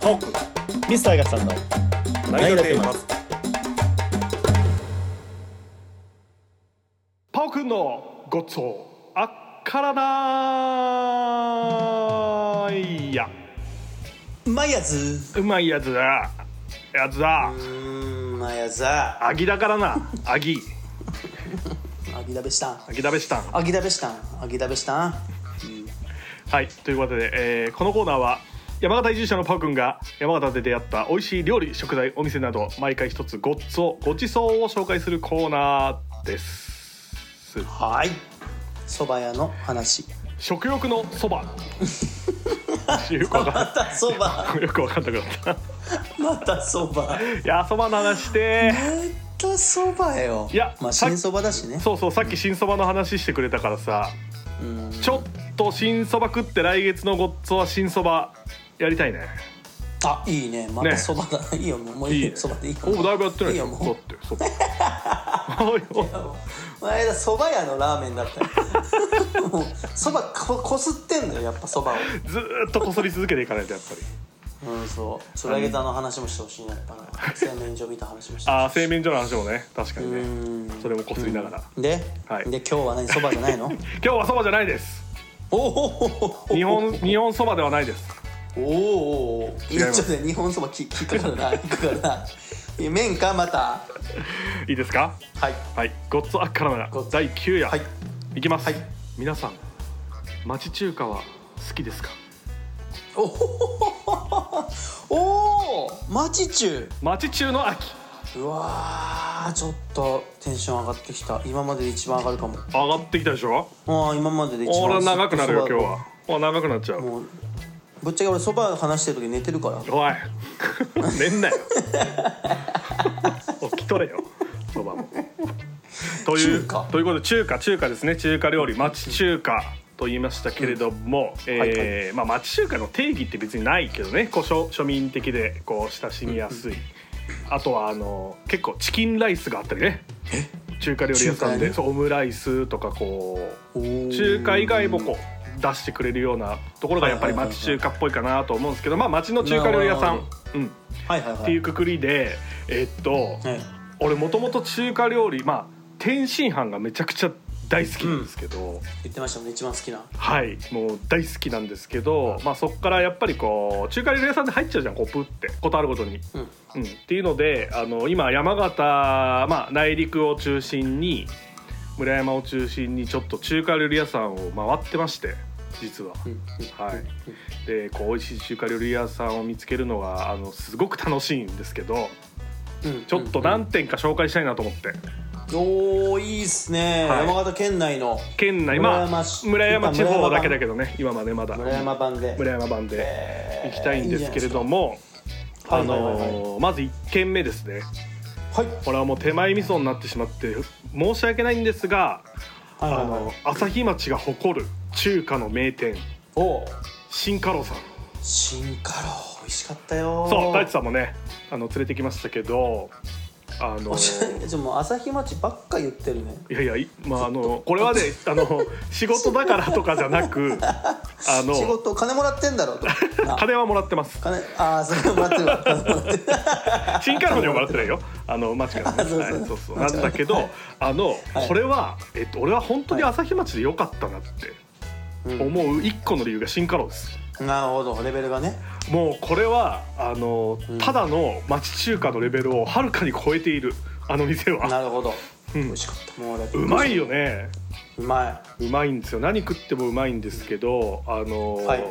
S2: トークミスターガスさんの成り立ってます
S3: パオくんのごちそうあっからないや
S4: うまいやつ
S3: うまいやつだやつだ
S4: うーんまあやつは
S3: アギだからなアギ
S4: あぎだべしたん
S3: アギだべしたん
S4: あぎだべしたんあぎだべしたん
S3: はいということで、えーこのコーナーは山形移住者のパオくんが山形で出会った美味しい料理食材お店など毎回一つごちそうごちそうを紹介するコーナーです
S4: はい蕎麦屋の話
S3: 食欲のそばよくわ
S4: ま
S3: か
S4: た蕎麦
S3: んよくわかんなくなった
S4: また蕎麦ま
S3: いやそばの話して
S4: た蕎麦よ
S3: いや
S4: まあ
S3: さっ
S4: 新蕎麦だしね
S3: そうそうさっき新そばの話してくれたからさ
S4: うん
S3: ちょっと新そば食って来月のごっつは新そばやりたいね
S4: あいいねまた
S3: ね
S4: 蕎麦だ、いいよもうもう
S3: いい
S4: いい
S3: ね
S4: よ蕎麦でいいよ
S3: おおだいぶやってない
S4: いい
S3: じゃ
S4: よ
S3: んだ
S4: も
S3: っ
S4: う
S3: てそば おいおい
S4: 前だ蕎麦屋のラーメンだったよもう蕎麦ここすってんのよやっぱ蕎麦
S3: ずーっとこそり続けていかないとやっぱり
S4: をうんそうそれあげたの話もしてほしいなやっぱな洗面所見た話もして
S3: あ
S4: ほ
S3: あ
S4: しい
S3: 製麺所の話もね確かに
S4: う
S3: ね
S4: ーん
S3: それもこすりながら
S4: で、
S3: はい
S4: で今日は何蕎麦じゃないの
S3: 今日はそばじゃないです
S4: おお
S3: 日本日本そばではないです
S4: おおお
S3: 違います
S4: ちょっとね日本そばききっかかるな引っかかるな麺かまた
S3: いいですか
S4: はい
S3: はいごっつあっからな
S4: ごっつ
S3: 第9夜、
S4: はい
S3: い、きます、
S4: はい
S3: 皆さん町中華は好きですか
S4: おおおお町中
S3: 町中の秋
S4: うわーちょっとテンション上がってきた今までで一番上がるかも
S3: 上がってきたでしょ
S4: ああ今までで一番
S3: ほら長くなるよ
S4: そ
S3: 今
S4: ば
S3: 日はほら長くなっちゃう
S4: もうぶっちゃけ俺そば話してる時寝てるから
S3: おい 寝んなよ 起きとれよそばもとい
S4: 中
S3: う
S4: 華
S3: ということで中華中華ですね中華料理町中華と言いましたけれども、えーまあ町中華の定義って別にないけどねこう庶庶民的でこう親しみやすい、あとはあの結構チキンライスがあったりね中華料理屋さん
S4: 中華
S3: で、
S4: ね
S3: そうオムライスとかこう
S4: おー
S3: 中華以外もこう出してくれるようなところがやっぱり
S4: はいはいはい
S3: 町中華っぽいかなと思うんですけどまあ町の中華料理屋さ
S4: なる
S3: ん
S4: ほ、
S3: うん、っ
S4: はいはいはい
S3: ていうくくりでえっと
S4: はい
S3: 俺もともと中華料理まあ天津飯がめちゃくちゃ大好きなんですけど、
S4: 言ってましたもんね一番好きな
S3: はいもう大好きなんですけど、まあ、そこからやっぱりこう中華料理屋さんで入っちゃうじゃんこうプってことあるごとに。
S4: うん
S3: うん、っていうのであの今山形、まあ、内陸を中心に村山を中心にちょっと中華料理屋さんを回ってまして実は。
S4: うん
S3: はい、でこう美味しい中華料理屋さんを見つけるのがあのすごく楽しいんですけど
S4: うんうん
S3: ちょっと何点か紹介したいなと思って
S4: おーいいっすね、
S3: はい
S4: 山形県内の
S3: 県内
S4: 村
S3: まあ
S4: 山市
S3: 村山地
S4: 今村山
S3: 方
S4: 版
S3: だけだけどね今までまだ
S4: 村山版で
S3: 村山版で
S4: えー
S3: 行きたいんですけれども
S4: い
S3: あ
S4: いじゃないですかはいはいはい
S3: のーまず1軒目ですね
S4: はい
S3: これはもう手前味噌になってしまって申し訳ないんですが
S4: は
S3: あ
S4: いはいはい
S3: の朝日町が誇る中華の名店
S4: お
S3: 新華楼さん
S4: 新華楼美味しかったよ
S3: そう大地さんもねあの連れてきましたけどあの
S4: おしゃれじゃあもう朝日町ばっか言ってるね
S3: いやいやいまああのこれはねあの仕事だからとかじゃ なくあ
S4: 仕
S3: の
S4: 事金もらってんだ ろうとな
S3: 金はもらってます
S4: 金ああそれもらってるわ金 もらってる
S3: 新幹線には笑ってないよ。あの間違いない。
S4: あそうそう
S3: はいそうそう。なんだけど、あの、
S4: はい
S3: これはえっと俺は本当に朝日町で良かったなって思う一個の理由が新カロです。
S4: なるほどレベルがね
S3: もうこれはあの
S4: ん
S3: ただの町中華のレベルをはるかに超えているあの店は。
S4: なるほど、
S3: うん
S4: 美味しかったもう俺
S3: うまいよね。
S4: うま
S3: うまいんですよ。何食ってもうまいんですけど、あのー
S4: はい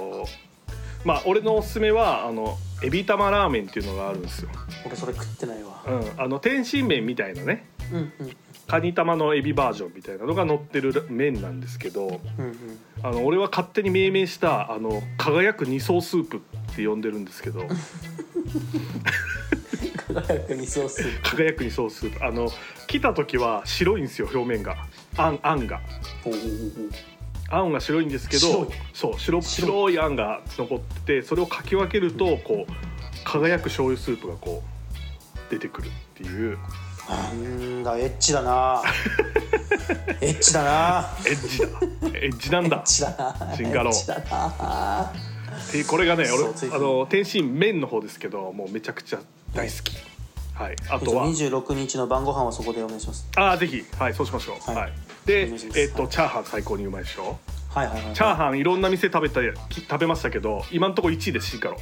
S3: まあ俺のおすすめはあのエビ玉ラーメンっていうのがあるんですよ。
S4: い俺それ食ってないわ
S3: うん、あの天津麺みたいなね。
S4: うんうん
S3: カニ玉のエビバージョンみたいなのが乗ってる麺なんですけど
S4: うんうん
S3: あの俺は勝手に命名したあの輝く二層スープって呼んでるんですけど
S4: 輝く味噌スー
S3: 輝く二層スープあの来た時は白いんですよ表面があんあんが
S4: プおー
S3: あんが白いんですけど
S4: 白い
S3: そう白
S4: 白い
S3: 白いあんが残っててそれをかき分けるとこう輝く醤油スープがこう出てくるっていう
S4: なんだエッチだ なエッチだな
S3: エッジだ エッジなんだ
S4: エッチだな
S3: シンガ
S4: エ
S3: ロー
S4: ッチだな
S3: でこれがね
S4: そうつい
S3: 俺
S4: て
S3: あ
S4: る
S3: の天津麺の方ですけどもうめちゃくちゃ大好きはいあとは
S4: 26日の晩ご飯はそこでお願いします
S3: ああぜひはいそうしましょう
S4: はい
S3: はいで
S4: お願いします
S3: えっとチャーハン最高にうまいでしょ
S4: はいはいはい
S3: チャーハンいろんな店食べたき食べましたけど今んとこ1位ですシーカロ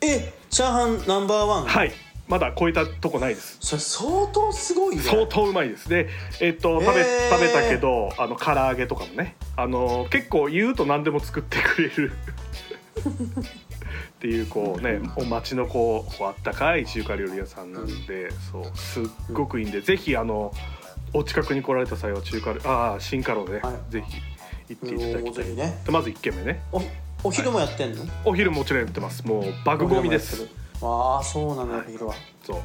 S4: えチャーハンナンバーワン
S3: はいまだ超えたとこないです
S4: それ相当すごいよ
S3: 相当うまいですでえっと食べ
S4: へー
S3: 食べたけどあの唐揚げとかもねあの結構言うと何でも作ってくれる っていうこうねお町のこうこうあったかい中華料理屋さんなんでそうすっごくいいんでぜひあのお近くに来られた際は中華料ああ新華楼でね
S4: はい
S3: ぜひ行っていただきた
S4: うんぜ
S3: い
S4: ひね
S3: でまず1軒目ね
S4: おお昼もやってんの、
S3: お昼もちろんやってますもうバグゴミです
S4: わあそうなのやっぱ昼は
S3: そうっ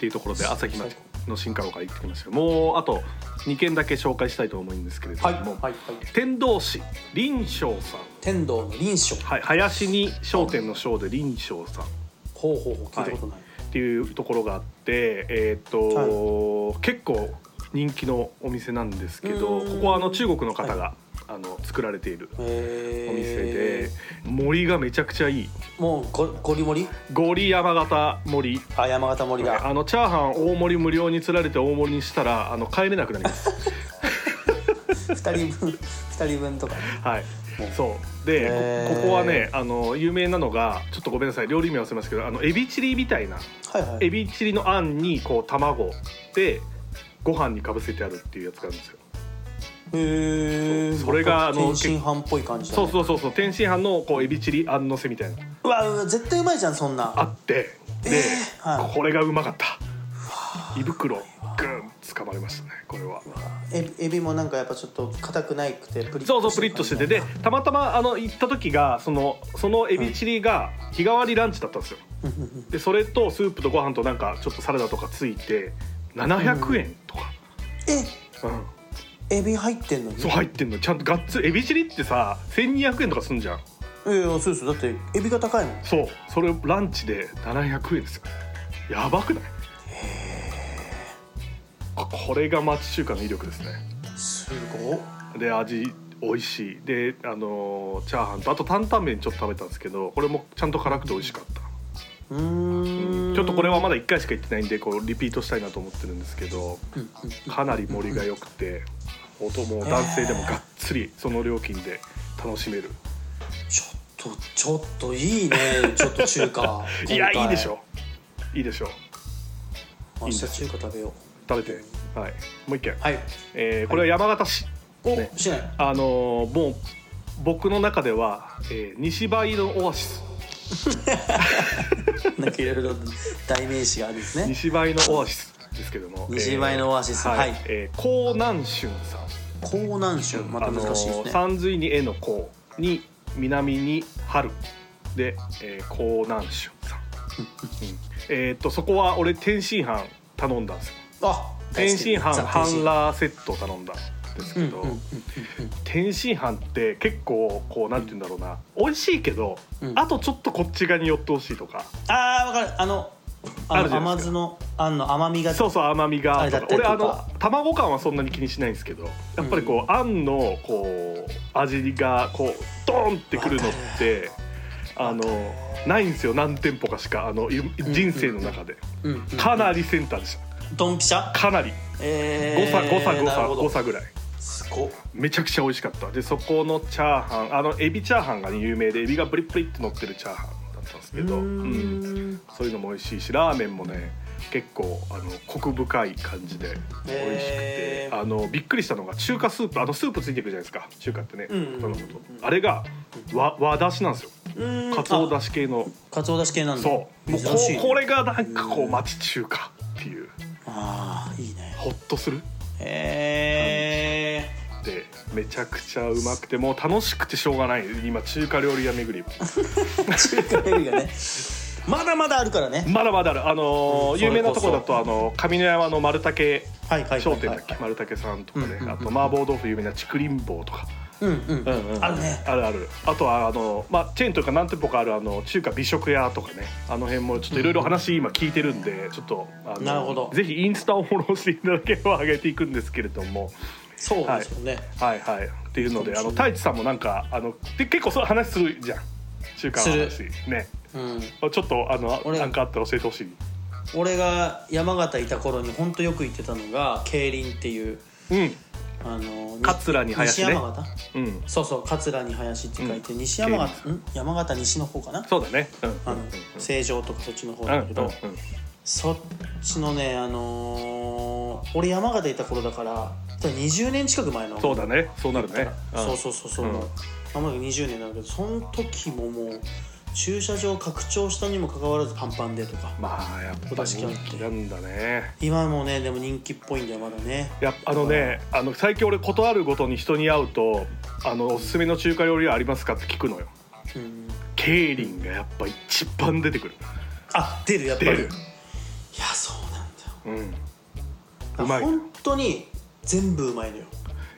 S3: ていうところで朝日町の新華楼から行ってきましたもうあと2軒だけ紹介したいと思うんですけれども、
S4: はいはいはい
S3: 天童市林翔さん、
S4: 天童の臨床
S3: はい、林に商店の商で林翔さんっ
S4: ほうほうほう聞いたことない、
S3: ていうところがあってえーっと、結構人気のお店なんですけど
S4: うーん
S3: ここはあの中国の方が、あの作られている
S4: え
S3: お
S4: ー、
S3: 店で、森がめちゃくちゃいい
S4: もうゴゴリモリ
S3: ゴリ山形森
S4: あ山形森だ
S3: あのチャーハン大盛り無料に釣られて大盛りにしたらあの帰れなくなります
S4: 二人分二人分とか
S3: はい
S4: もう
S3: そうで、
S4: へー
S3: ここはねあの有名なのがちょっとごめんなさい料理名忘れますけどあのエビチリみたいな
S4: はいはい
S3: エビチリのあんにこう卵でご飯にかぶせてあるっていうやつがあるんですよ。
S4: へえ
S3: そうそれがあの
S4: 天津飯っぽい感じだ、
S3: そ
S4: ね、
S3: うそうそうそう天津飯のこうエビチリあんのせみたいなの
S4: うわうわ絶対うまいじゃんそんな
S3: あってで、
S4: はい
S3: これがうまかった。胃袋グーン掴まれましたねこれは。
S4: エエビもなんかやっぱちょっと硬くないくてプリッ
S3: そうそうプリッとしててでたまたまあの行った時がそのそのエビチリが日替わりランチだったんですよ。
S4: うんうんうん
S3: でそれとスープとご飯となんかちょっとサラダとかついて700円とか。うん
S4: えエビ入ってんのに
S3: そう入ってんのちゃんとガッツリエビチリってさ1200円とかすんじゃん
S4: いやいやそうですよだってエビが高いもん
S3: そうそれをランチで700円ですよやばくないここれが町中華の威力ですね
S4: すごっ
S3: で味美味しいであのーチャーハンとあと担々麺ちょっと食べたんですけどこれもちゃんと辛くて美味しかった
S4: うーん
S3: ちょっとこれはまだ1回しか行ってないんでこうリピートしたいなと思ってるんですけど
S4: うんうん
S3: かなり盛りが良くて音も男性でもがっつりその料金で楽しめる
S4: ちょっとちょっといいね ちょっと中華
S3: いやいいでし
S4: ょ
S3: ょいいでしょ
S4: 明日中華食べよ
S3: 食べてはいもう一軒
S4: うはい
S3: えーこれは山形市、
S4: お、
S3: ね
S4: しない
S3: あのーもう僕の中では、えー西梅のオアシス
S4: なんかいろいろ代名詞があるんですね
S3: 西梅のオアシスですけども
S4: 西梅のオアシ
S3: え
S4: ス
S3: ー
S4: はい、
S3: えー江南春さん、
S4: 江南省また難しいですね、
S3: あのー山水に絵の江に南に春で、えー江南春さん、うんえーっとそこは俺天津飯頼んだんですよ
S4: あ
S3: 天津飯
S4: ザ
S3: 半ラーセット頼んだです
S4: うん
S3: け
S4: うん
S3: ど、
S4: うん
S3: 天津飯って結構こうなんて言うんだろうな美味しいけど、
S4: うん
S3: あとちょっとこっち側に寄ってほしいとか、
S4: ああわかるあのあ
S3: あるじ
S4: の
S3: ゃな
S4: 甘
S3: いですか
S4: 酢のあんの甘みが
S3: そうそう甘み
S4: あ
S3: が
S4: れ
S3: と
S4: だっ
S3: か
S4: たり
S3: 俺
S4: とか
S3: あの卵感はそんなに気にしないんですけどやっぱりこう、あんのこう味がこうドーンってくるのってあのないんですよ何店舗かしかあのい人生の中で、
S4: うんうんうん
S3: かなりセンターでした
S4: ドンピシャ
S3: かなり
S4: え
S3: 誤
S4: ー
S3: 差誤差
S4: な
S3: 誤
S4: る
S3: 差
S4: ほど
S3: 誤差ぐらい
S4: すごっ
S3: めちゃくちゃ美味しかったでそこのチャーハンあのエビチャーハンがね、有名でエビがプリプリって乗ってるチャーハンだったんですけど
S4: うー
S3: うん
S4: ん
S3: そういうのも美味しいしラーメンもね結構あのコク深い感じで美味しくて、
S4: へー
S3: あのびっくりしたのが中華スープあのスープついてくるじゃないですか中華ってね、
S4: うんうん
S3: そのことあれが和和だしなんですよ
S4: うん
S3: かつおだし系の
S4: あかつおだし系なんだ
S3: そうもうこ
S4: 珍しいね
S3: これがなんかこう町中華っていう
S4: ああいいね
S3: ホッとする
S4: へえ
S3: でめちゃくちゃうまくてもう楽しくてしょうがない今中華料理屋巡り
S4: 中華料理がねまだまだあるからね
S3: まだまだあるあのー
S4: うん
S3: 有名なとこだとあの上野山の丸竹
S4: はいはいはいはい
S3: 商店だっけ丸竹さんとかね、
S4: うんうんうん
S3: あと麻婆豆腐有名な竹林坊とか、
S4: うんうんあるね
S3: あるあるあとはあの、まあ、チェーンというか何店舗かあるあの中華美食屋とかねあの辺もちょっといろいろ話今聞いてるんでちょっとあの
S4: なるほど
S3: ぜひインスタをフォローしていただければ上げていくんですけれども
S4: そうですよね
S3: はいはいっていうのであの太一さんもなんかあので結構そういう話するじゃん中華の
S4: す
S3: 話ね
S4: うん
S3: ちょっとあの
S4: 俺
S3: なんかあったら教えてほしい
S4: 俺が山形いた頃に本当よく行ってたのが競輪っていう
S3: うん
S4: あの
S3: 桂に林ね
S4: 西山形
S3: うん
S4: そうそう桂に林って書いて、西山形ん山形西の方かな
S3: そうだねうん
S4: あの成城とかそっちの方だけど、
S3: うんうん
S4: そっちのねあのー俺山形いた頃だから20年近く前の
S3: そうだねそうなるね
S4: そうそうそうそう、
S3: うん
S4: 間もなく20年なんだけどその時ももう駐車場拡張したにもかかわらずパンパンでとか
S3: うんまあやっぱり人気なんだね
S4: 今もねでも人気っぽいんだよまだね
S3: いやあのねあの最近俺事あるごとに人に会うとあのおすすめの中華料理屋ありますかって聞くのよ
S4: うん
S3: ケイリンがやっぱ一番出てくる
S4: あ出るやっぱ
S3: 出
S4: りい
S3: る
S4: やそうなんだよ
S3: うん
S4: あ
S3: うまい
S4: 本当に全部うまいのよ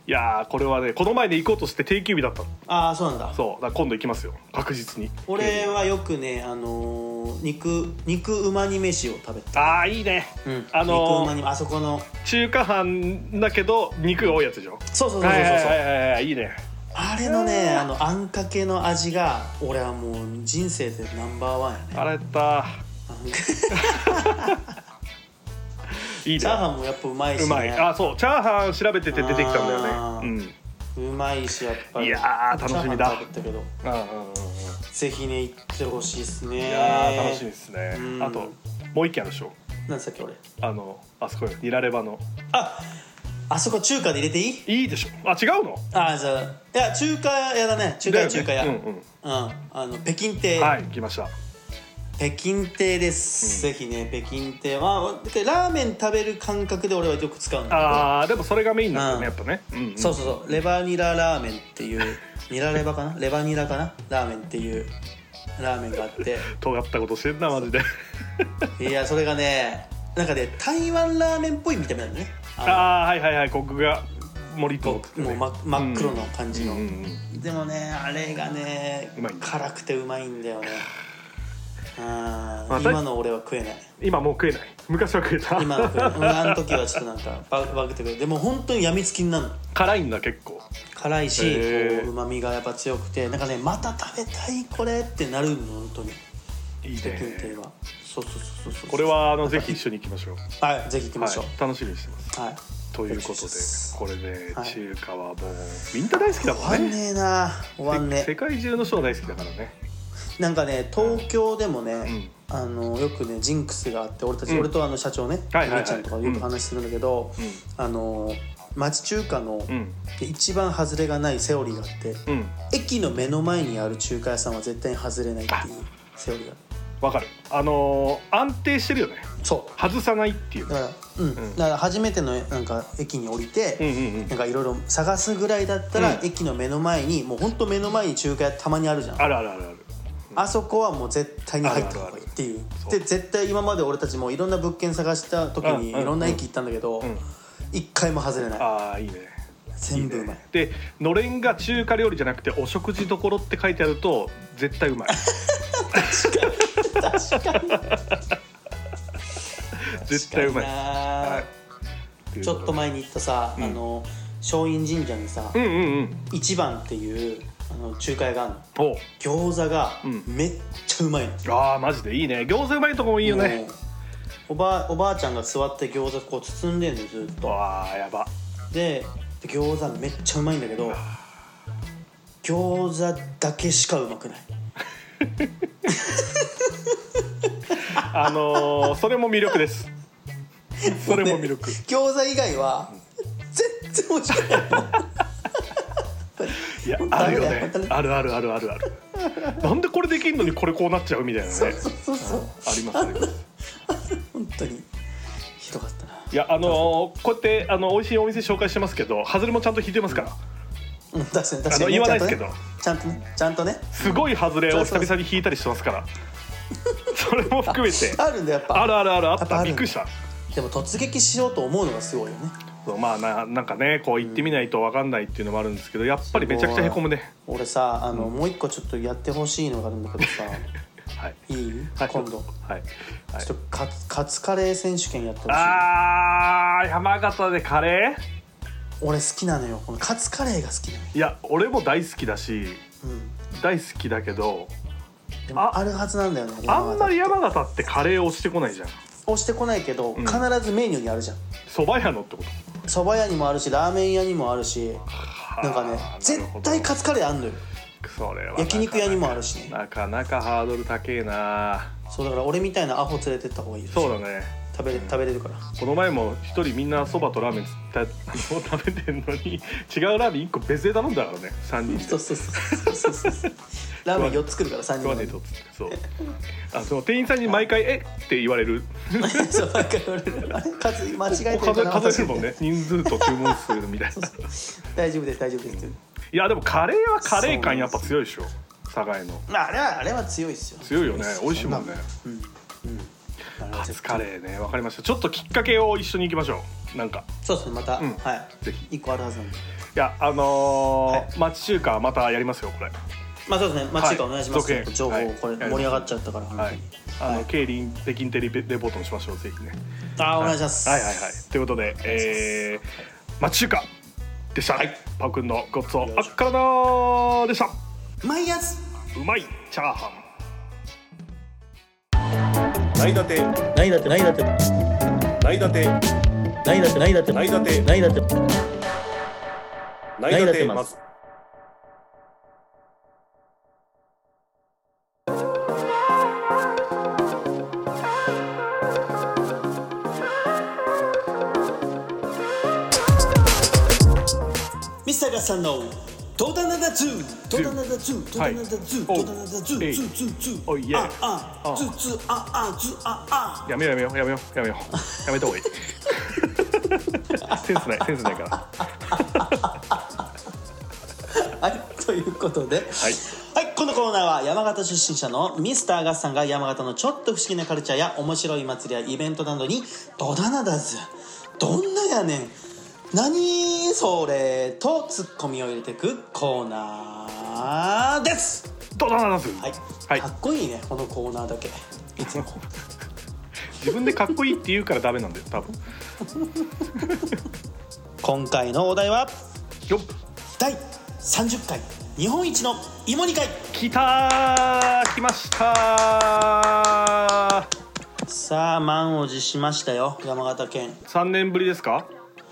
S3: いやーこれはねこの前で行こうとして定休日だったの
S4: ああそうなんだ
S3: そうだから今度行きますよ確実に
S4: 俺はよくねあのー肉肉うま煮飯を食べた、
S3: ああいいね
S4: うん
S3: あの
S4: 肉
S3: ー
S4: うま煮あそこの
S3: 中華飯だけど肉が多いやつでしょ
S4: そうそうそうそうそう、
S3: はいはいはいはいはいいいね
S4: あれのねあのあんかけの味が俺はもう人生でナンバーワンやね
S3: あれた
S4: あんかけ
S3: いい
S4: チャー
S3: ね
S4: ハンもやっぱうまいし、
S3: う
S4: ね、
S3: まいあそうチャーハン調べてて出てきたんだ
S4: あ
S3: よ
S4: ー
S3: ねうん
S4: うまいしやっぱり
S3: いやー楽しみだ
S4: チャーハン食べたけど
S3: あーうんうんうん
S4: ぜひね行ってほしいですね
S3: いやー楽しみですね
S4: うん
S3: あともう一軒あるでしょ
S4: なんさっき俺
S3: あのあそこよニラレバの
S4: ああそこ中華で入れていい
S3: いいでしょあ違うの
S4: あじゃあいや中華屋だね中華
S3: だよ
S4: 屋、
S3: ね
S4: 中華屋、
S3: う
S4: うんんあの北京亭、
S3: うんはい来ました
S4: 北京亭です、ぜひね北京亭はでラーメン食べる感覚で俺はよく使うんだけど
S3: あーでもそれがメインなんだよ
S4: う
S3: ねやっぱねんん
S4: そうそうそうレバニララーメンっていう ニラレバかなレバニラかなラーメンっていうラーメンがあ って
S3: 尖ったことしてんなマジで
S4: いやそれがねなんかね台湾ラーメンっぽい見た目なんだねあ
S3: ああはいはいはいコクが盛り
S4: の
S3: と
S4: もう、ま、真っ黒の感じの、
S3: うんうんうん
S4: でもねあれがね
S3: うまいんだ
S4: 辛くてうまいんだよねあー
S3: まあ
S4: 今の俺は食えない
S3: 今もう食えない昔は食えた
S4: 今の食えないうんあの時はちょっとなんかバグバグってくるでも本当にやみつきになるの
S3: 辛いんだ結構
S4: 辛いし
S3: へー
S4: うまみがやっぱ強くてなんかねまた食べたいこれってなるの本当に
S3: いい
S4: 北京亭
S3: ね
S4: はそうそうそうそうそう
S3: これはあのぜひ一緒に行きましょう
S4: はいぜひ行きましょう
S3: はい、楽しみにしてます
S4: はい、
S3: というこ
S4: ぜ
S3: と
S4: ひ
S3: で
S4: です
S3: これで
S4: はい
S3: 中華はもうみんな大好き
S4: 終
S3: だも
S4: わん
S3: んね
S4: ねえな終わんね
S3: 世界中の人が大好きだからね
S4: なんかね東京でもね、あのよくねジンクスがあって俺たち、
S3: うん
S4: 俺とあの社長ね、
S3: はいはいはい
S4: お兄ちゃんとかよく話するんだけど、あの町中華の、
S3: うん
S4: で一番外れがないセオリーがあって、
S3: うん
S4: 駅の目の前にある中華屋さんは絶対に外れないっていうセオリーがある
S3: わかるあのー安定してるよね
S4: そ
S3: 外さないっていうう
S4: だ
S3: ね
S4: からうん、
S3: ん
S4: だから初めてのなんか駅に降りて、
S3: うんうんうん
S4: なんかいろいろ探すぐらいだったら、
S3: うん
S4: 駅の目の前にもうほんと目の前に中華屋たまにあるじゃん
S3: あるあるあるある
S4: あそこはもう絶対に入った方がいいっていう
S3: そう
S4: で絶対今まで俺たちもいろんな物件探した時にい
S3: うんうん
S4: ろんな駅行ったんだけど
S3: ん
S4: 一回も外れない
S3: ああいいね
S4: う全部うまい
S3: でのれんが中華料理じゃなくてお食事どころって書いてあると絶対う まい
S4: 確かに
S3: 絶対うま
S4: 確かにな
S3: いです、はい、
S4: ちょっと前に行ったさ、
S3: うん
S4: あの松陰神社にさ、
S3: うんうんうん
S4: 一番っていうあの中華屋があるの
S3: おう
S4: 餃子が
S3: うん
S4: めっちゃうまいの、
S3: あーマジでいいね餃子うまいとこもいいよね
S4: もうおばあおばあちゃんが座って餃子こう包んでんのよずっと
S3: わあやば
S4: でで餃子めっちゃうまいんだけど餃子だけしかうまくない
S3: あのー、それも魅 力ですそれも魅力
S4: 餃子以外は全然美味しく ない
S3: いやあ
S4: ダ
S3: る
S4: メ
S3: よ
S4: だよ
S3: ねあるあるあるあるあるなんでこれできんのにこれこうなっちゃうみたいなね
S4: そうそうそうそう
S3: ありますあります
S4: 本当にひどかったない
S3: やあのー、こうやってあの美味しいお店紹介してますけどハズレもちゃんと引いてますから
S4: うん確かに確か
S3: あ
S4: に
S3: の
S4: ね
S3: 言わないですけど
S4: ちゃんとねちゃんとねちゃんとね
S3: すごいハズレを久々に引いたりしてますからそれも含めて
S4: あるんだやっぱ
S3: あるあるあるあ
S4: や
S3: っ
S4: っぱあ
S3: た
S4: る
S3: びっくりした
S4: でも突撃しようと思うのがすごいよね
S3: そうまあななんかねこう行ってみないと分かんないっていうのもあるんですけどやっぱりめちゃくちゃへこむね
S4: 俺さあの、もう一個ちょっとやってほしいのがあるんだけどさ
S3: はい、
S4: いい
S3: はい、
S4: 今度
S3: はい、はい
S4: ちょっとカツカツカレー選手権やってほしい
S3: あー山形でカレ
S4: 俺好きなのよこのカツカレーが好きなのよ、
S3: ーいや俺も大好きだし
S4: うん、
S3: 大好きだけど
S4: でも
S3: あ
S4: あるはずなんだよね
S3: あんまり
S4: 山形
S3: 山形ってカレーをしてこないじゃん
S4: 押してこないけど、
S3: ん
S4: 必ずメニューにあるじゃん
S3: 蕎麦屋のってこと
S4: 蕎麦屋にもあるしラーメン屋にもあるしなんかね
S3: あー
S4: 絶
S3: なるほど
S4: 対カツカレーあんのよ
S3: それはなかなか
S4: 焼肉屋にもあるしね
S3: なかなかハードル高えな
S4: そうだから俺みたいなアホ連れてった方がいいよ
S3: そうだね
S4: 食べれ食べれる から
S3: この前も一人みんなそばとラーメンつった を食べてんのに違うラーメン1個別で頼んだからね3人で
S4: そうそうそうそうそうそうラーメン4つ来るから3
S3: 食
S4: 人
S3: わねえとっつってそうあそう店員さんに毎回「えっ?」て言われる
S4: そう毎回言われるあれ数間違えて
S3: こ
S4: るか
S3: こ数
S4: な
S3: 数えてるもんね人数と注文数みたいな
S4: 大丈夫です大丈夫ですって
S3: いやでもカレーはカレー感やっぱ強いでしょ佐賀への
S4: まああれはあれは強いですよ
S3: 強いよね美味しいもんね
S4: うんうん
S3: カツカレーねわかりましたちょっときっかけを一緒に行きましょうなんか
S4: そうですねまた、
S3: うん
S4: はい
S3: ぜひ
S4: 一個あるはずなんで
S3: いやあのー
S4: はい
S3: 町中華またやりますよこれ
S4: まあそうですねまあ中華お願いします、
S3: はい続編
S4: 情報、
S3: はい
S4: これ盛り上がっちゃったから、
S3: は
S4: 本当
S3: い
S4: に
S3: あの、
S4: はい
S3: 経理北京テレビレポートもしましょうぜひね
S4: ああお願いします
S3: はいはいはいということで、えー、町中華でした、パオくんのごちそうあっからなーでした
S4: 毎朝
S3: うまいチャーハン
S2: ないだて
S1: ないだってないだってな
S2: ないだて
S1: いだってないだって
S2: ないだて
S1: ないだって
S2: ないだてます
S4: ミスターガスさんのトダナダズートダナダズートダ
S3: はい
S4: ナダズー
S3: おう
S4: トダナダズ
S3: え
S4: ー
S3: い
S4: ズーズーズー
S3: おいえい
S4: ああズーズーああズーああ
S3: やめようやめようやめようやめようやめた方がいいセンスないセンスないから
S4: はい、ということで、はいこのコーナーは山形出身者のミスターガスさんが山形のちょっと不思議なカルチャーや面白い祭りやイベントなどに「どだなだず」「どんなやねん」「何それ」とツッコミを入れていくコーナーです
S3: ドドナナス
S4: はい、
S3: はい
S4: かっこいいねこのコーナーだけいつも
S3: 自分でかっこいいって言うからダメなんだよ多分
S4: 今回のお題は
S3: よっ
S4: 第30回日本一の芋煮会
S3: 来たー来ました
S4: さあ満を持しましたよ山形県
S3: 3年ぶりですか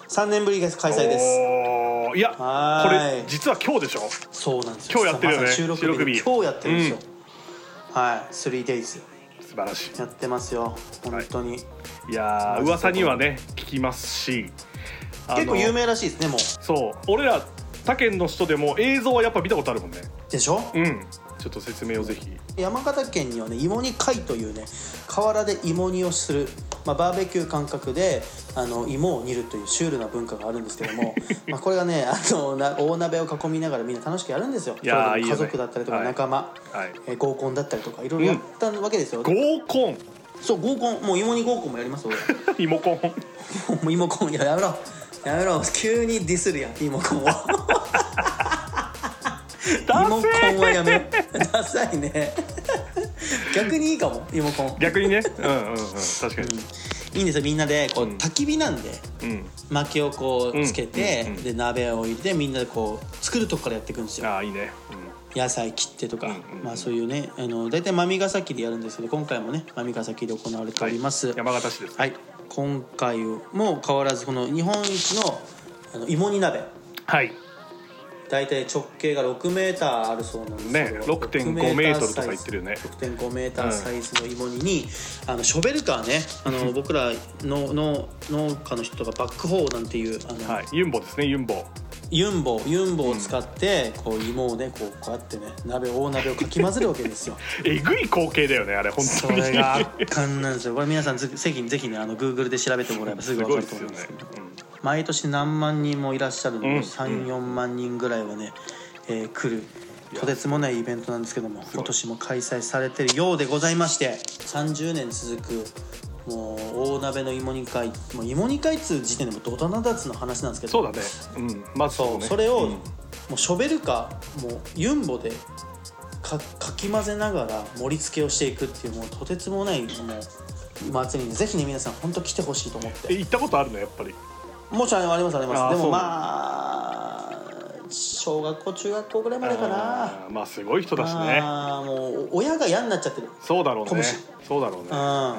S4: 3年ぶりです開催です
S3: おーいや
S4: は
S3: こ
S4: ーい
S3: れ実は今日でしょ
S4: そうなんですよ
S3: 今日やってるよね
S4: まさに収録日で
S3: 収録日
S4: 今日やってるんですよ、はい 3days
S3: 素晴らし
S4: やってますよ本当に、
S3: いいやー噂にはね聞きますしあの
S4: 結構有名らしいですねもう
S3: そう俺ら他県の人でも映像はやっぱ見たことあるもんね
S4: でしょ、
S3: うんちょっと説明をぜひ
S4: 山形県にはね芋煮会というね河原で芋煮をする、まあ、バーベキュー感覚であの芋を煮るというシュールな文化があるんですけど もまあこれがねあのな大鍋を囲みながらみんな楽しくやるんですよ
S3: い
S4: それ
S3: やー
S4: ぞれ
S3: いいよね
S4: 家族だったりとか
S3: はい
S4: 仲間、
S3: はい
S4: えー合コンだったりとかいろいろやったわけですよ、
S3: 合コン
S4: そう合コンもう芋煮合コンもやります俺
S3: イモコン
S4: もう芋コンいややめろやめろ急にディスるやんイモ コンはイ
S3: ダセー
S4: モコンはやめよダサいね逆にいいかもイモコン
S3: 逆にねうんうんうん確かに
S4: いいんですよみんなでこう、
S3: うん
S4: 焚き火なんで
S3: うん
S4: 薪をこうつけて、
S3: うんうんうん
S4: で鍋を入れてみんなでこう作るとこからやっていくんですよ
S3: ああいいね
S4: 野菜切ってとか、
S3: うんうん
S4: まあそういうねあの大体真ヶ崎でやるんですけど今回もね真ヶ崎で行われております、
S3: うん山形市です
S4: はい、今回も変わらずこの日本一のあの芋煮鍋
S3: はい
S4: 大体直径が6メーターあるそうなんですけ
S3: ね
S4: ど
S3: 6.5メートルとか言ってるよね
S4: 6.5メーターサイズの芋煮に、あのショベルカーねあの僕らのの農家の人がバックホーなんていうあの、
S3: はいユンボですねユンボ
S4: ユンボユンボを使って、こう芋をねこうこうやってね鍋大鍋をかき混ぜるわけですよ
S3: えぐい光景だよねあれ 本
S4: そ
S3: 当に
S4: れ が圧巻なんですよこれ皆さんぜぜひぜひねあの Google で調べてもらえばす
S3: す
S4: ぐ分
S3: ご
S4: か
S3: い
S4: る
S3: で
S4: と
S3: す
S4: 思う
S3: よ
S4: ん
S3: ね
S4: ですけど毎年何万人もいらっしゃるので、
S3: うん
S4: 34万人ぐらいはね、えー来るとてつもないイベントなんですけども
S3: ごい
S4: 今年も開催されてるようでございまして30年続くもう大鍋の芋煮会もう芋煮会っつう時点でもドタナダツの話なんですけど
S3: そうだねうんまず
S4: そう
S3: ね
S4: それを、
S3: うん
S4: もうショベルカーもうユンボでかかき混ぜながら盛り付けをしていくっていうもうとてつもないもう祭りにぜひね皆さん本当来てほしいと思って
S3: え行ったことあるのやっぱり
S4: もちろんありますありま
S3: あー
S4: すで
S3: そ
S4: も
S3: う
S4: まあ小学校中学校ぐらいまでかな
S3: あーまあすごい人だしね
S4: あーもう親が嫌になっちゃってる
S3: そうだろう
S4: かも
S3: ね
S4: し
S3: そうだろうねいや
S4: うん
S3: い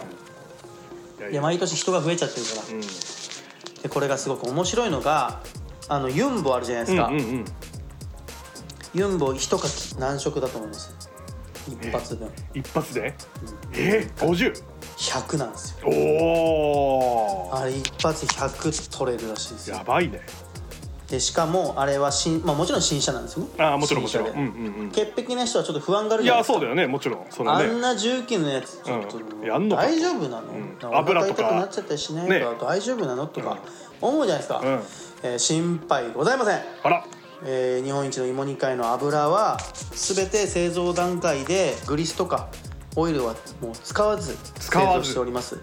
S4: いや
S3: や
S4: 毎年人が増えちゃってるから
S3: うん
S4: でこれがすごく面白いのがあのユンボあるじゃないですか、
S3: うんうんうん
S4: ユンボ一かき何色だと思います一発分
S3: 一発でえ五十
S4: 100なんですよ
S3: おお
S4: あれ一発100取れるらしいですよ
S3: やばいね
S4: でしかもあれは新、まあ、もちろん新車なんですよね
S3: ああもちろんもちろんう
S4: 新
S3: ん
S4: 車で
S3: うんうん
S4: 潔癖な人はちょっと不安がある
S3: い
S4: じゃないで
S3: や
S4: すか
S3: そうだよねもちろんそれ
S4: あ
S3: は
S4: ん
S3: ね
S4: な重機のやつちょっと、
S3: うんやんのか
S4: 大丈夫なの、
S3: ん
S4: なんかお
S3: 油
S4: 腹
S3: と
S4: 痛く
S3: か
S4: なっちゃったりしない
S3: ね
S4: から大丈夫なのとか思うじゃないですか、
S3: うん
S4: えー心配ございません、
S3: あら
S4: えー日本一の芋煮会の油は全て製造段階でグリスとかオイルはもう使わず製
S3: 使わ
S4: 造
S3: ず
S4: しております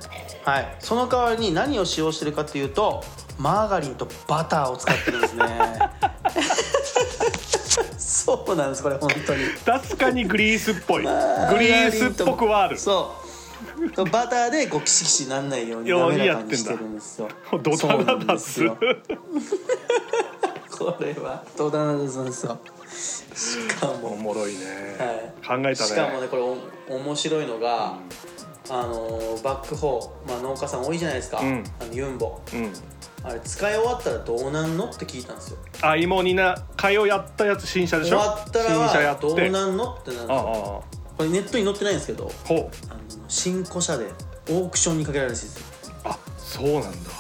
S4: はいその代わりに何を使用してるかというとマーガリンとバターを使ってるん ですねそうなんですこれ本当に
S3: 確かにグリースっぽいグリースっぽくはある
S4: そうバターでこうキシキシなんないように
S3: よう
S4: 滑
S3: に
S4: ら
S3: や
S4: か
S3: ってんだ
S4: にしてるんですよ
S3: ドタ
S4: そうな
S3: ナ
S4: ん
S3: ダ
S4: で
S3: ス
S4: すよこれはドタナダスなんですよしか
S3: お
S4: も、
S3: もろいね考
S4: は
S3: え
S4: い、
S3: たね
S4: しかもねこれお面白いのが、あのーバックホー、まあ、農家さん多いじゃないですか、
S3: うん
S4: あのユンボ
S3: うん
S4: あれ使い終わったらどうなんのって聞いたんですよ
S3: あ芋にな会をやったやつ新車でし
S4: 終
S3: ょ
S4: わったら
S3: 新車や
S4: は
S3: って
S4: どうなんのってなるんです
S3: ああ
S4: よ
S3: ああ
S4: これネットに載ってないんですけど
S3: ほう
S4: あの新古車でオークションにかけられるらしいですよ
S3: あそうなんだ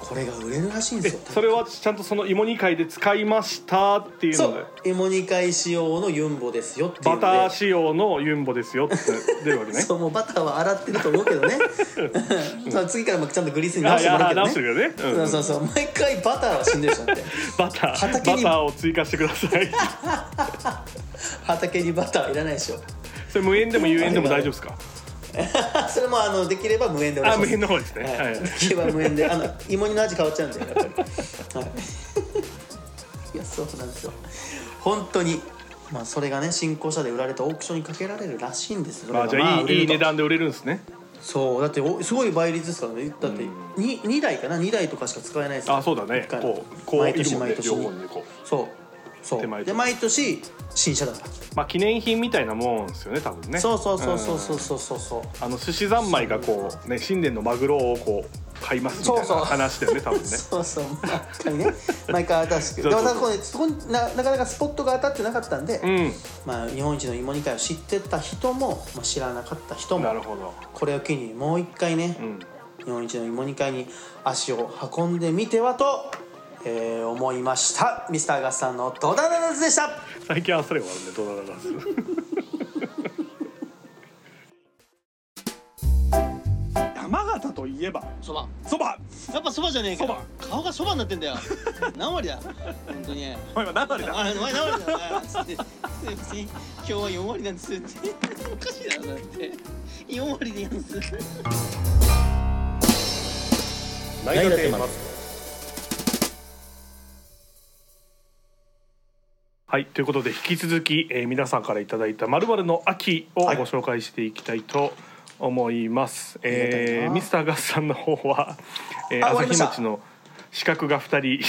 S4: これが売れるらしいんで
S3: え
S4: すよ
S3: それはちゃんとその芋煮会で使いましたっていう
S4: そ
S3: ので
S4: う芋煮会仕様のユンボですよっていう
S3: バ
S4: ので
S3: ター仕様のユンボですよって出るわけね
S4: そうもうバターは洗ってると思うけどね、 そう次からもちゃんとグリスに直
S3: あ
S4: し
S3: い
S4: ても
S3: や
S4: らうけど
S3: 直
S4: ね
S3: してるよね、うん
S4: そうそうそう毎回バターは死んでるじゃんって
S3: バターバタ
S4: 畑に
S3: ーを追加してください
S4: 畑にバターはいらないでしょ
S3: それ無塩でも有塩でも大丈夫ですか
S4: それもあのできれば無塩でお願い
S3: あ
S4: します
S3: 無塩の方ですね
S4: はい
S3: はい
S4: できれば無塩であの芋煮の味変わっちゃうんだよやっぱり、はい、 いやそうなんですよ本当にまあそれがね新興車で売られたオークションにかけられるらしいんです それが
S3: あじゃ
S4: ま
S3: あ
S4: あ売
S3: いい
S4: れ
S3: い
S4: る
S3: い
S4: と
S3: 値段で売れるんですね
S4: そうだっておすごい倍率ですからねだって 2, 二台かな2台とかしか使えないですから
S3: あそうだね
S4: 一回
S3: こうこう
S4: 毎年
S3: いるもん
S4: 毎
S3: ね
S4: 年
S3: 両方にねこう
S4: そうそ
S3: 手前
S4: う
S3: と
S4: で毎年新車だから、
S3: まあ記念品みたいなもんですよね多分ね
S4: そうそうそうそう
S3: う
S4: そ
S3: ん
S4: うそうそうそう
S3: あの寿司三昧がこうね新年のマグロをこう買いますみたい
S4: そうそ
S3: な
S4: う
S3: 話だよね多 分ね
S4: そうそう毎回ね毎回新しくで
S3: そう
S4: も
S3: そう
S4: ただこれそこにななかなかスポットが当たってなかったんで、まあ、日本一の芋煮会を知ってた人も、まあ、知らなかった人
S3: うんなる
S4: も
S3: ほど
S4: これを機にもう一回ね、
S3: うん
S4: 日本一の芋煮会に足を運んでみてはと、えー思いましたミスターガスさんのドダダダズでした
S3: 最近はそれ終わるねドラダダス
S2: 山形といえば
S5: そば
S2: そば
S5: やっぱそばじゃねえか
S2: そ
S5: よ
S2: ば
S5: 顔がそばになってん だよ何割だ本当に
S2: お前は何割だ
S5: あお前何割だよお前つってすいません今日は4割なんですっておかしいだろだって4割でやるんです
S1: 成田松
S3: はいということで引き続き、えー皆さんからいただいたまるまるの秋をご
S4: はい
S3: 紹介していきたいと思います。
S4: りがたい
S3: えー
S4: な
S3: ミスターガスさんの方は、えー、
S4: あ終わりまし
S3: 朝日
S4: た
S3: 町の資格が二
S4: は
S3: 人。
S4: い、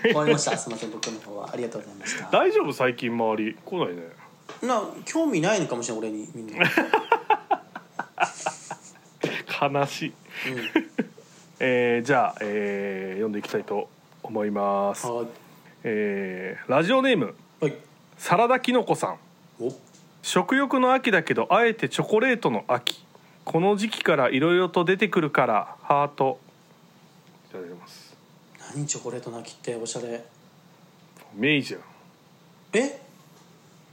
S4: 終わりました。すみません、僕の方はありがとうございました。
S3: 大丈夫最近周り来ないね。
S4: な興味ないのかもしれない俺にみんな。
S3: 悲しい。 えーじゃあ、えー読んでいきたいと思います。
S4: うん、はい
S3: えーラジオネーム
S4: はい。
S3: サラダキノコさん。
S4: お
S3: 食欲の秋だけどあえてチョコレートの秋この時期からいろいろと出てくるからハートいただきます
S4: 何チョコレートなきっておしゃれ。
S3: 明治じゃん
S4: え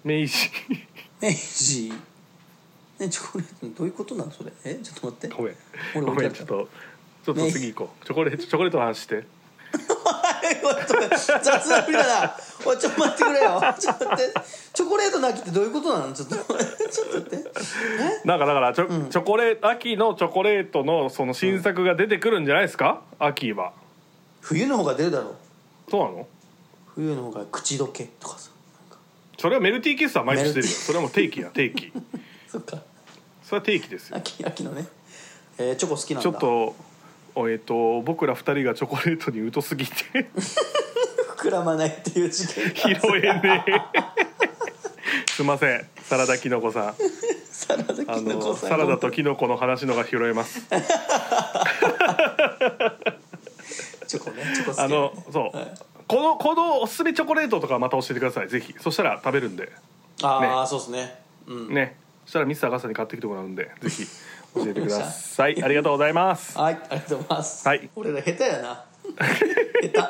S3: 明治
S4: 明治。ねチョコレートどういうことなのそれ。えちょっと待って。
S3: ごめん
S4: 俺
S3: ご
S4: 置いて
S3: め
S4: あ
S3: ん
S4: った
S3: ちょっとちょっと次行こうチョコレートチョコレートの話して
S4: 雑な振りだな。おいちょっと待ってくれよ。ちょっと待って。チョコレートなきってどういうことなのちょっとちょっと待って。え
S3: なんかだからチョ,、チョコレート秋のチョコレートのその新作が出てくるんじゃないですか、秋は
S4: 冬の方が出るだろう。
S3: そうなの
S4: 冬の方が口どけとかさ。なんか
S3: それはメルティーキッスは毎年
S4: メ
S3: 出
S4: ル
S3: る
S4: テ
S3: よ
S4: ィ
S3: それはもう定期や定期
S4: そっか。
S3: それは定期で すよ
S4: 秋秋のね。えー、チョコ好きなん
S3: ち
S4: だ。
S3: ょっとおえっ、と僕ら二人がチョコレートに疎すぎて
S4: 膨らまないっていう事件
S3: 拾えねえ すいませんサラダキノコさん
S4: サラダキ
S3: あ
S4: ノ
S3: の
S4: コさん
S3: サラダとキノコの話のが拾 えます
S4: チョコねチョコ好き
S3: あのそう、
S4: はい
S3: このこのおすすめチョコレートとかまた教えてくださいぜひそしたら食べるんで
S4: ああ、そうですねうん
S3: ねそしたらミスターガスさんに買ってきてもらうんでぜひ教えてく ださいありがとうございます
S4: はいありがとうございます、
S3: はい
S4: 俺ら下手や な下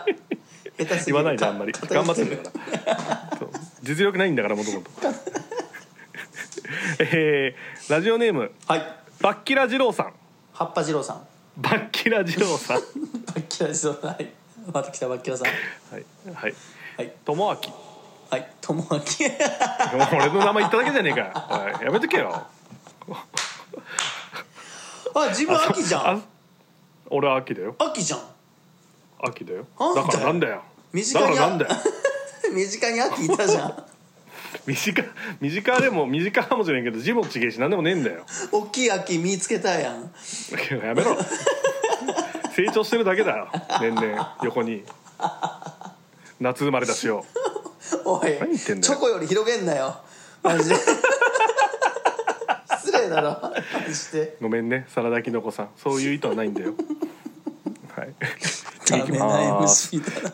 S4: 手下手すぎる
S3: 言わないであんまり
S4: か
S3: 頑張ってるからそう実力ないんだからもとも とえー、ラジオネーム
S4: はい
S3: バッキラ二郎さん
S4: 葉っぱ二郎さん
S3: バッキラ二郎さん
S4: バッキラ二郎さんはいまた来たバッキラさん
S3: はいはい
S4: はい
S3: 友明
S4: はい友明
S3: もう俺の名前言っただけじゃねえかおいやめとけよ
S4: あ自分秋じゃん
S3: あ俺は秋だよ
S4: 秋じゃん
S3: 秋だよ
S4: あん
S3: だ
S4: た
S3: からなんだよ
S4: 身近
S3: だか
S4: に
S3: らなんだよ
S4: 身近に秋いたじゃん
S3: 身近身近でも身近かもしれんけど字もちげえし何でもねえんだよ
S4: 大きい秋見つけたやん
S3: やめろ成長してるだけだよ年々横に夏生まれだしよ
S4: おい
S3: 何言ってんだ
S4: チ
S3: よ
S4: ョコより広げんなよマジで 失礼だろマジで
S3: ごめんねサラダキノコさんそういう意図はないんだ よはい 次行
S4: ダ
S3: き
S4: メな
S3: ます
S4: MC だな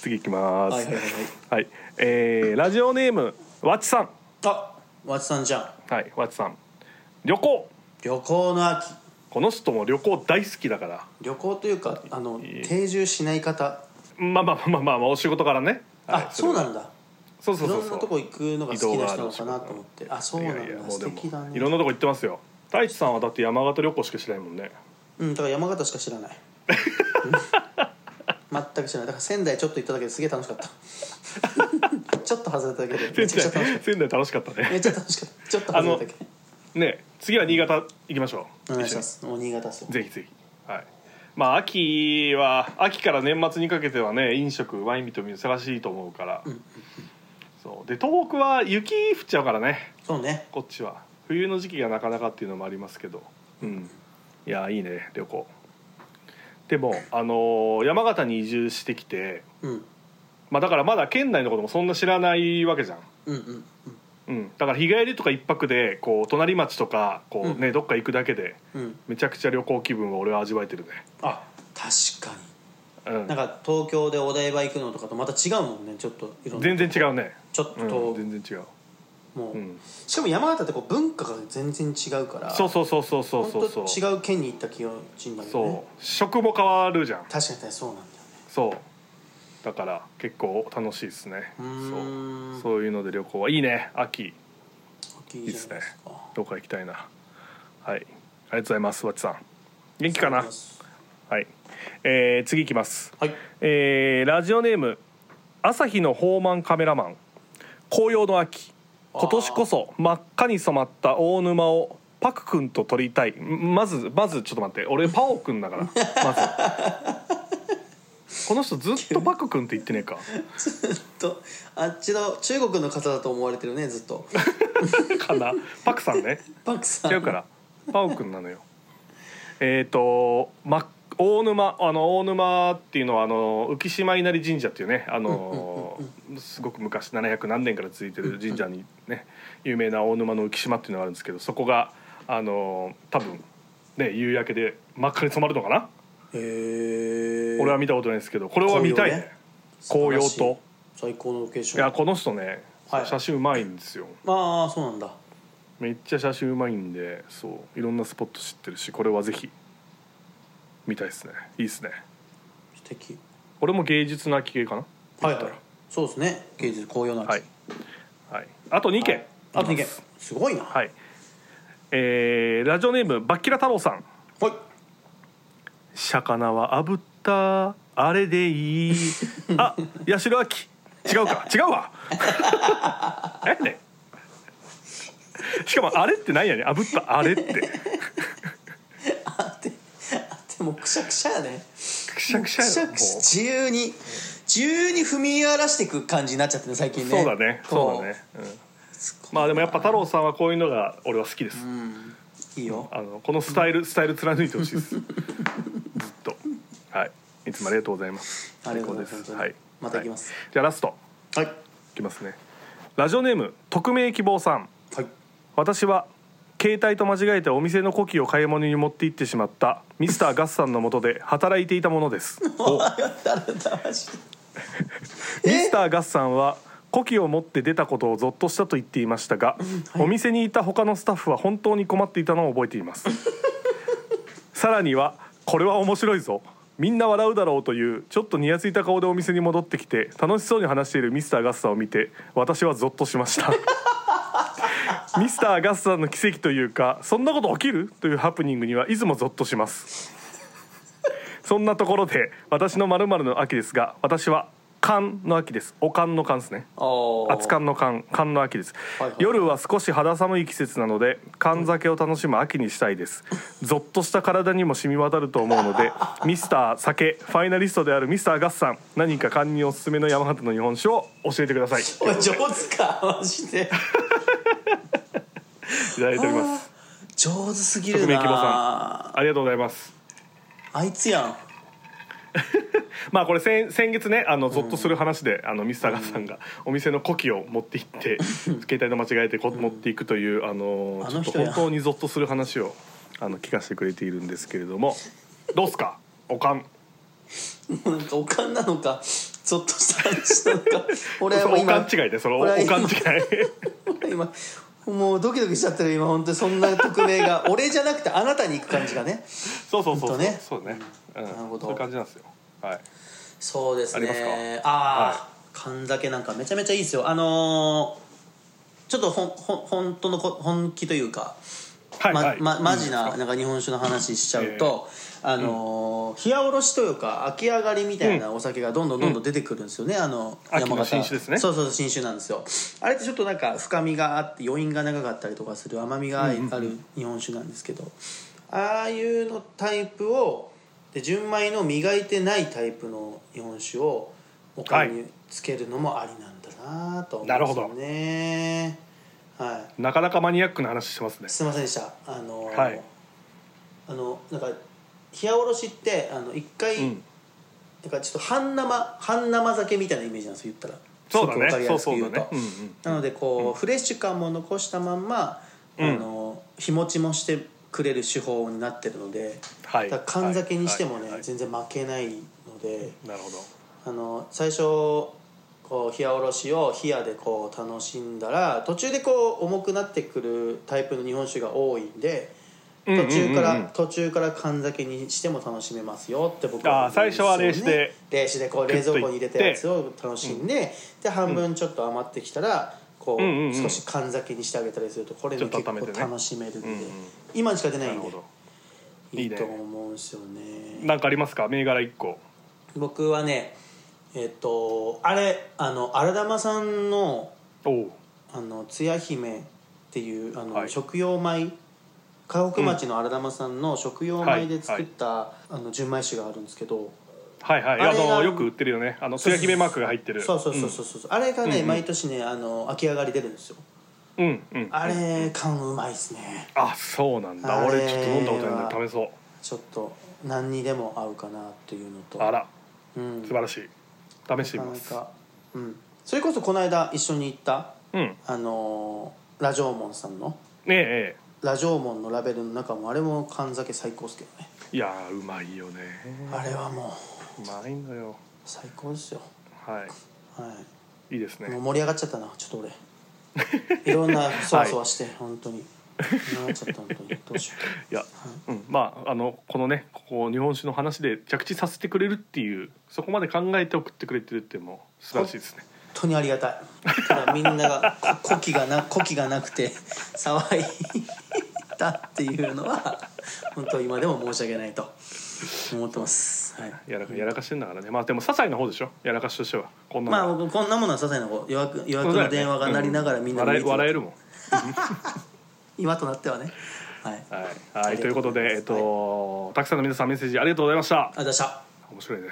S3: 次行きます
S4: はいはいはいはい
S3: はい、えーラジオネームわちさん
S4: あわちさんじゃん
S3: はい、わちさん。旅行。
S4: 旅行の秋
S3: この人も旅行大好きだから。
S4: 旅行というかあの定住しない方
S3: まあまあまあまあ、まあ、お仕事からね。はい
S4: あそう
S3: れ
S4: なんだ
S3: そう
S4: い
S3: そう
S4: ろ
S3: そ
S4: ん
S3: うそ
S4: な
S3: う。
S4: とこ行くのが好きな人なのかな
S3: 移動がある
S4: と思ってあそうなん
S3: いやいや
S4: だ
S3: もう
S4: 素
S3: で
S4: 敵だ
S3: も、
S4: ね
S3: いろんなとこ行ってますよ。太一さんはだって山形旅行しかしないもんね。
S4: うんだから山形しか知らない うん全く知らないだから仙台ちょっと行っただけですげえ楽しかった ちょっと外れただけでめ
S3: 仙
S4: ちゃくちゃ楽しかっ
S3: 台、仙台楽しかった
S4: ため
S3: ね。
S4: っちゃ楽しかったちょっと外れた だけ
S3: ね、次は新潟行きましょう。
S4: お願いします。もう新潟っすよ
S3: 一緒に。ぜひぜひ。はい。まあ秋は秋から年末にかけてはね飲食ワインと見難しいと思うから、そうで東北は雪降っちゃうからね
S4: そうね。
S3: こっちは冬の時期がなかなかっていうのもありますけどうんいやいいね旅行でもあのー山形に移住してきて
S4: うん。
S3: まあだからまだ県内のこともそんな知らないわけじゃん
S4: うんうん
S3: うん、だから日帰りとか一泊でこう隣町とかこう、ねどっか行くだけで
S4: うんうん。
S3: めちゃくちゃ旅行気分を俺は味わえてるね、
S4: あ、確か
S3: うん
S4: に。なん、か東京でお台場行くのとかとまた違うもんね。ちょっといろんな。
S3: 全然違うね、
S4: ちょっ
S3: うん
S4: と
S3: 全然違う、
S4: も
S3: う、
S4: うんしかも山形ってこう文化が全然違うから。
S3: そうそうそうそうそうそうそ
S4: 本
S3: う
S4: 当違う県に行った気がちになるよね
S3: そ。う食も変わるじゃん
S4: 確かにそうなんだよね。
S3: そうだから結構楽しいですね
S4: うーん
S3: そうそういうので旅行はいいね秋
S4: い
S3: いいですね
S4: か。
S3: どこか行きたいなはいありがとうございますわちさん元気かなはい、えー、次行きます、
S4: はい。
S3: えー、ラジオネーム朝日の放満カメラマン紅葉の秋今年こそ真っ赤に染まった大沼をパク君と撮りたいんまずまずちょっと待って俺パオ君だからまずこの人ずっとパク君って言ってねえか
S4: とあっちの中国の方だと思われてるねずっ と
S3: かなパクさんね
S4: パクさん
S3: 違うからパオくんなのよえっと、ま、大沼あの大沼っていうのはあの浮島稲荷神社っていうねあの、すごく昔700何年から続いてる神社にね有名な大沼の浮島っていうのがあるんですけどそこがあの多分ね夕焼けで真っ赤に染まるのかな、
S4: へえ
S3: 俺は見たことないですけどこれは見たいね紅葉
S4: 素晴らし
S3: と
S4: い最高のロケーシ
S3: い
S4: ョ
S3: や
S4: ン
S3: この人ね、
S4: はい
S3: 写真うまいんですよ
S4: ああそうなんだ
S3: めっちゃ写真うまいんでそういろんなスポット知ってるしこれはぜひ見たいですねいいですね
S4: 素敵
S3: 俺も芸術な秋系かな
S4: はい
S3: 言
S4: は
S3: っ
S4: い
S3: たら
S4: そうですね芸術紅葉の秋
S3: はい、はい、あと2件
S4: あと2
S3: り
S4: 件
S3: ます
S4: すごいな
S3: はいえーラジオネームバッキラ太郎さん
S4: はい
S3: 「魚は炙ったあれでいい」 あ八代亜紀違うか違うわ えねしかもあれってなんやねん炙ったあれって
S4: でもくしゃくしゃやね
S3: くしゃくし
S4: く
S3: ゃや
S4: しゃ
S3: ろも
S4: く
S3: う
S4: しゃ自由に自由に踏み荒らしていく感じになっちゃってね最近ね
S3: そうだねそうだね、うん、まあでもやっぱ太郎さんはこういうのが俺は好きです、
S4: いいよ
S3: あのこのスタイル、スタイル貫いてほしいですずっとはいいつもありがとうございます
S4: ありがとうございます本当
S3: 最高
S4: に
S3: はい
S4: また行きます
S3: はいじゃあラスト
S4: はい
S3: いきますねラジオネーム匿名希望さん
S4: はい
S3: 私は携帯と間違えてお店のコキを買い物に持って行ってしまったミスターガスさんの下で働いていたものですお
S4: 誰だマジで
S3: ミスターガスさんは古希を持って出たことをゾッとしたと言っていましたが、お店にいた他のスタッフは本当に困っていたのを覚えていますさらにはこれは面白いぞみんな笑うだろうというちょっとにやついた顔でお店に戻ってきて楽しそうに話しているミスターガスさんを見て私はゾッとしましたミスターガスさんの奇跡というかそんなこと起きるというハプニングにはいつもゾッとしますそんなところで私のまるの秋ですが私は寒の秋ですお寒の寒ですね
S4: あ
S3: 熱燗の燗燗の秋です、
S4: はいはい
S3: 夜は少し肌寒い季節なので燗酒を楽しむ秋にしたいですゾッとした体にも染み渡ると思う のでミスター酒ファイナリストであるミスターガスさん何か燗におすすめの山形の日本酒を教えてください
S4: おい上手かマジで
S3: いただいております
S4: 上手すぎる
S3: 匿名希望
S4: な
S3: ありがとうございます
S4: あいつやん
S3: まあこれ先先月ねあのゾッとする話で、あのミスターガスさんがお店の古希を持って行って、携帯と間違えてこ持っていくというあの
S4: あ
S3: ち
S4: の
S3: ょっと
S4: 人や
S3: 本当にゾッとする話をあの聞かせてくれているんですけれどもどうっすかおかん
S4: もうなんかおかんなのかゾッとした話なのか俺は
S3: そ
S4: もう
S3: れお
S4: 今
S3: かん違いでそのお
S4: 俺は
S3: お
S4: 今
S3: かん違 い
S4: 今もうドキドキしちゃってる今本当にそんな匿名が俺じゃなくてあなたに行く感じがね
S3: そうそうそう
S4: ほんと
S3: そう、
S4: ね
S3: そうね、うん、
S4: なるほど
S3: そういう感じなんですよはい
S4: そうです
S3: あります
S4: ね
S3: か
S4: ああ神酒なんかめちゃめちゃいいですよあのーちょっとほんほん本当のこ本気というか
S3: はいはい
S4: まま、マジななんか日本酒の話しちゃうと、あのー冷やおろしというか秋上がりみたいなお酒がどんどんどんどん出てくるんですよね、あの
S3: 秋の新酒ですね
S4: そうそうそう新酒なんですよあれってちょっとなんか深みがあって余韻が長かったりとかする甘みがある日本酒なんですけど、ああいうのタイプをで純米の磨いてないタイプの日本酒をお金につけるのもありなんだなと思うんですよね。はい
S3: なかなかマニアックな話してますね
S4: すみませんでしたあの、
S3: はい
S4: あのなんか冷やおろしってあの一回、
S3: うん
S4: なんかちょっと半生半生酒みたいなイメージなんですよ言ったら
S3: そうだ
S4: すごくわかり
S3: ねそう
S4: やすく言
S3: そうだ
S4: うと
S3: ねうん
S4: なのでこう、フレッシュ感も残したまんま、
S3: うん
S4: あの日持ちもしてくれる手法になってるので、
S3: はい
S4: だから缶酒にしてもね、
S3: はいはい
S4: 全然負けないので、
S3: うん、なるほど
S4: あの最初こう冷やおろしを冷やでこう楽しんだら途中でこう重くなってくるタイプの日本酒が多いんで
S3: んうんう
S4: 途
S3: ん
S4: 中から、途中から缶酒にしても楽しめますよって僕
S3: あー最初は冷酒で
S4: 冷酒でこう冷蔵庫に入れたやつを楽しんで、で半分ちょっと余ってきたらこう、
S3: うんうんうん
S4: 少し缶酒にしてあげたりするとこれね
S3: ちょっと
S4: 結
S3: 温めてね
S4: 構楽しめるんで、
S3: うんうん
S4: 今にしか出ない
S3: なんる
S4: で
S3: ほど
S4: い
S3: い
S4: い
S3: い
S4: と
S3: ね
S4: 思うんですよね。
S3: なんかありますか銘柄一個
S4: 僕はねえっ、とあれあの荒玉さんの
S3: おお
S4: 「あのつや姫」っていうあの、
S3: はい
S4: 食用米河北町の荒玉さんの食用米で作った、あの純米酒があるんですけど
S3: はいはい
S4: あ
S3: あ
S4: れが
S3: のよく売ってるよねあの素焼き目マークが入ってる
S4: そうそうそうそうそうあれがね、毎年ねあの秋上がり出るんですよ
S3: うんうんうん
S4: あれ缶うまいですね
S3: あそうなん
S4: あ
S3: だ
S4: れ
S3: 俺ちょっと飲んだことないん
S4: は
S3: だ試そう
S4: ちょっと何にでも合うかなっていうのと
S3: あら
S4: うん
S3: 素晴らしい試してみます
S4: なかなかうん、それこそこの間一緒に行った
S3: うんね
S4: あのーラジョーモンさんの
S3: ええ
S4: ラジョーモンのラベルの中もあれも缶酒最高っすけどね、
S3: えいやーうまいよね
S4: あれはもう
S3: うまいのよ
S4: 最高ですよ
S3: は
S4: はい
S3: いいです
S4: いもう
S3: ね
S4: 盛り上がっちゃったなちょっと俺 いろんなそわそわして、本当に盛り上がっちゃった本当にどうしよ
S3: いや、うん、まああのこのねここ日本酒の話で着地させてくれるっていうそこまで考えて送ってくれてるっていうのも素晴らしいですね
S4: う本当にありがたいただみんながこ呼気がな呼気がなくて騒いだっていうのは本当今でも申し訳ないと思ってますはい
S3: やらかやらかしてんだからねまあでも些細な方でしょやらかしとしてはこんな
S4: まあ
S3: の、
S4: 僕こんなものは些細なこと予約予
S3: そ
S4: 約
S3: うだよ
S4: の
S3: ね
S4: 電話が鳴りながら
S3: う
S4: みんな
S3: 笑え笑え
S4: る
S3: るもん
S4: 今となってはねはいあり
S3: はい、はい、
S4: り
S3: とい
S4: が
S3: う
S4: と
S3: こ
S4: うご
S3: と
S4: ざいます
S3: で、えっと、たくさんの皆さんメッセージありがとうございました。
S4: がとうございました
S3: 面白いね。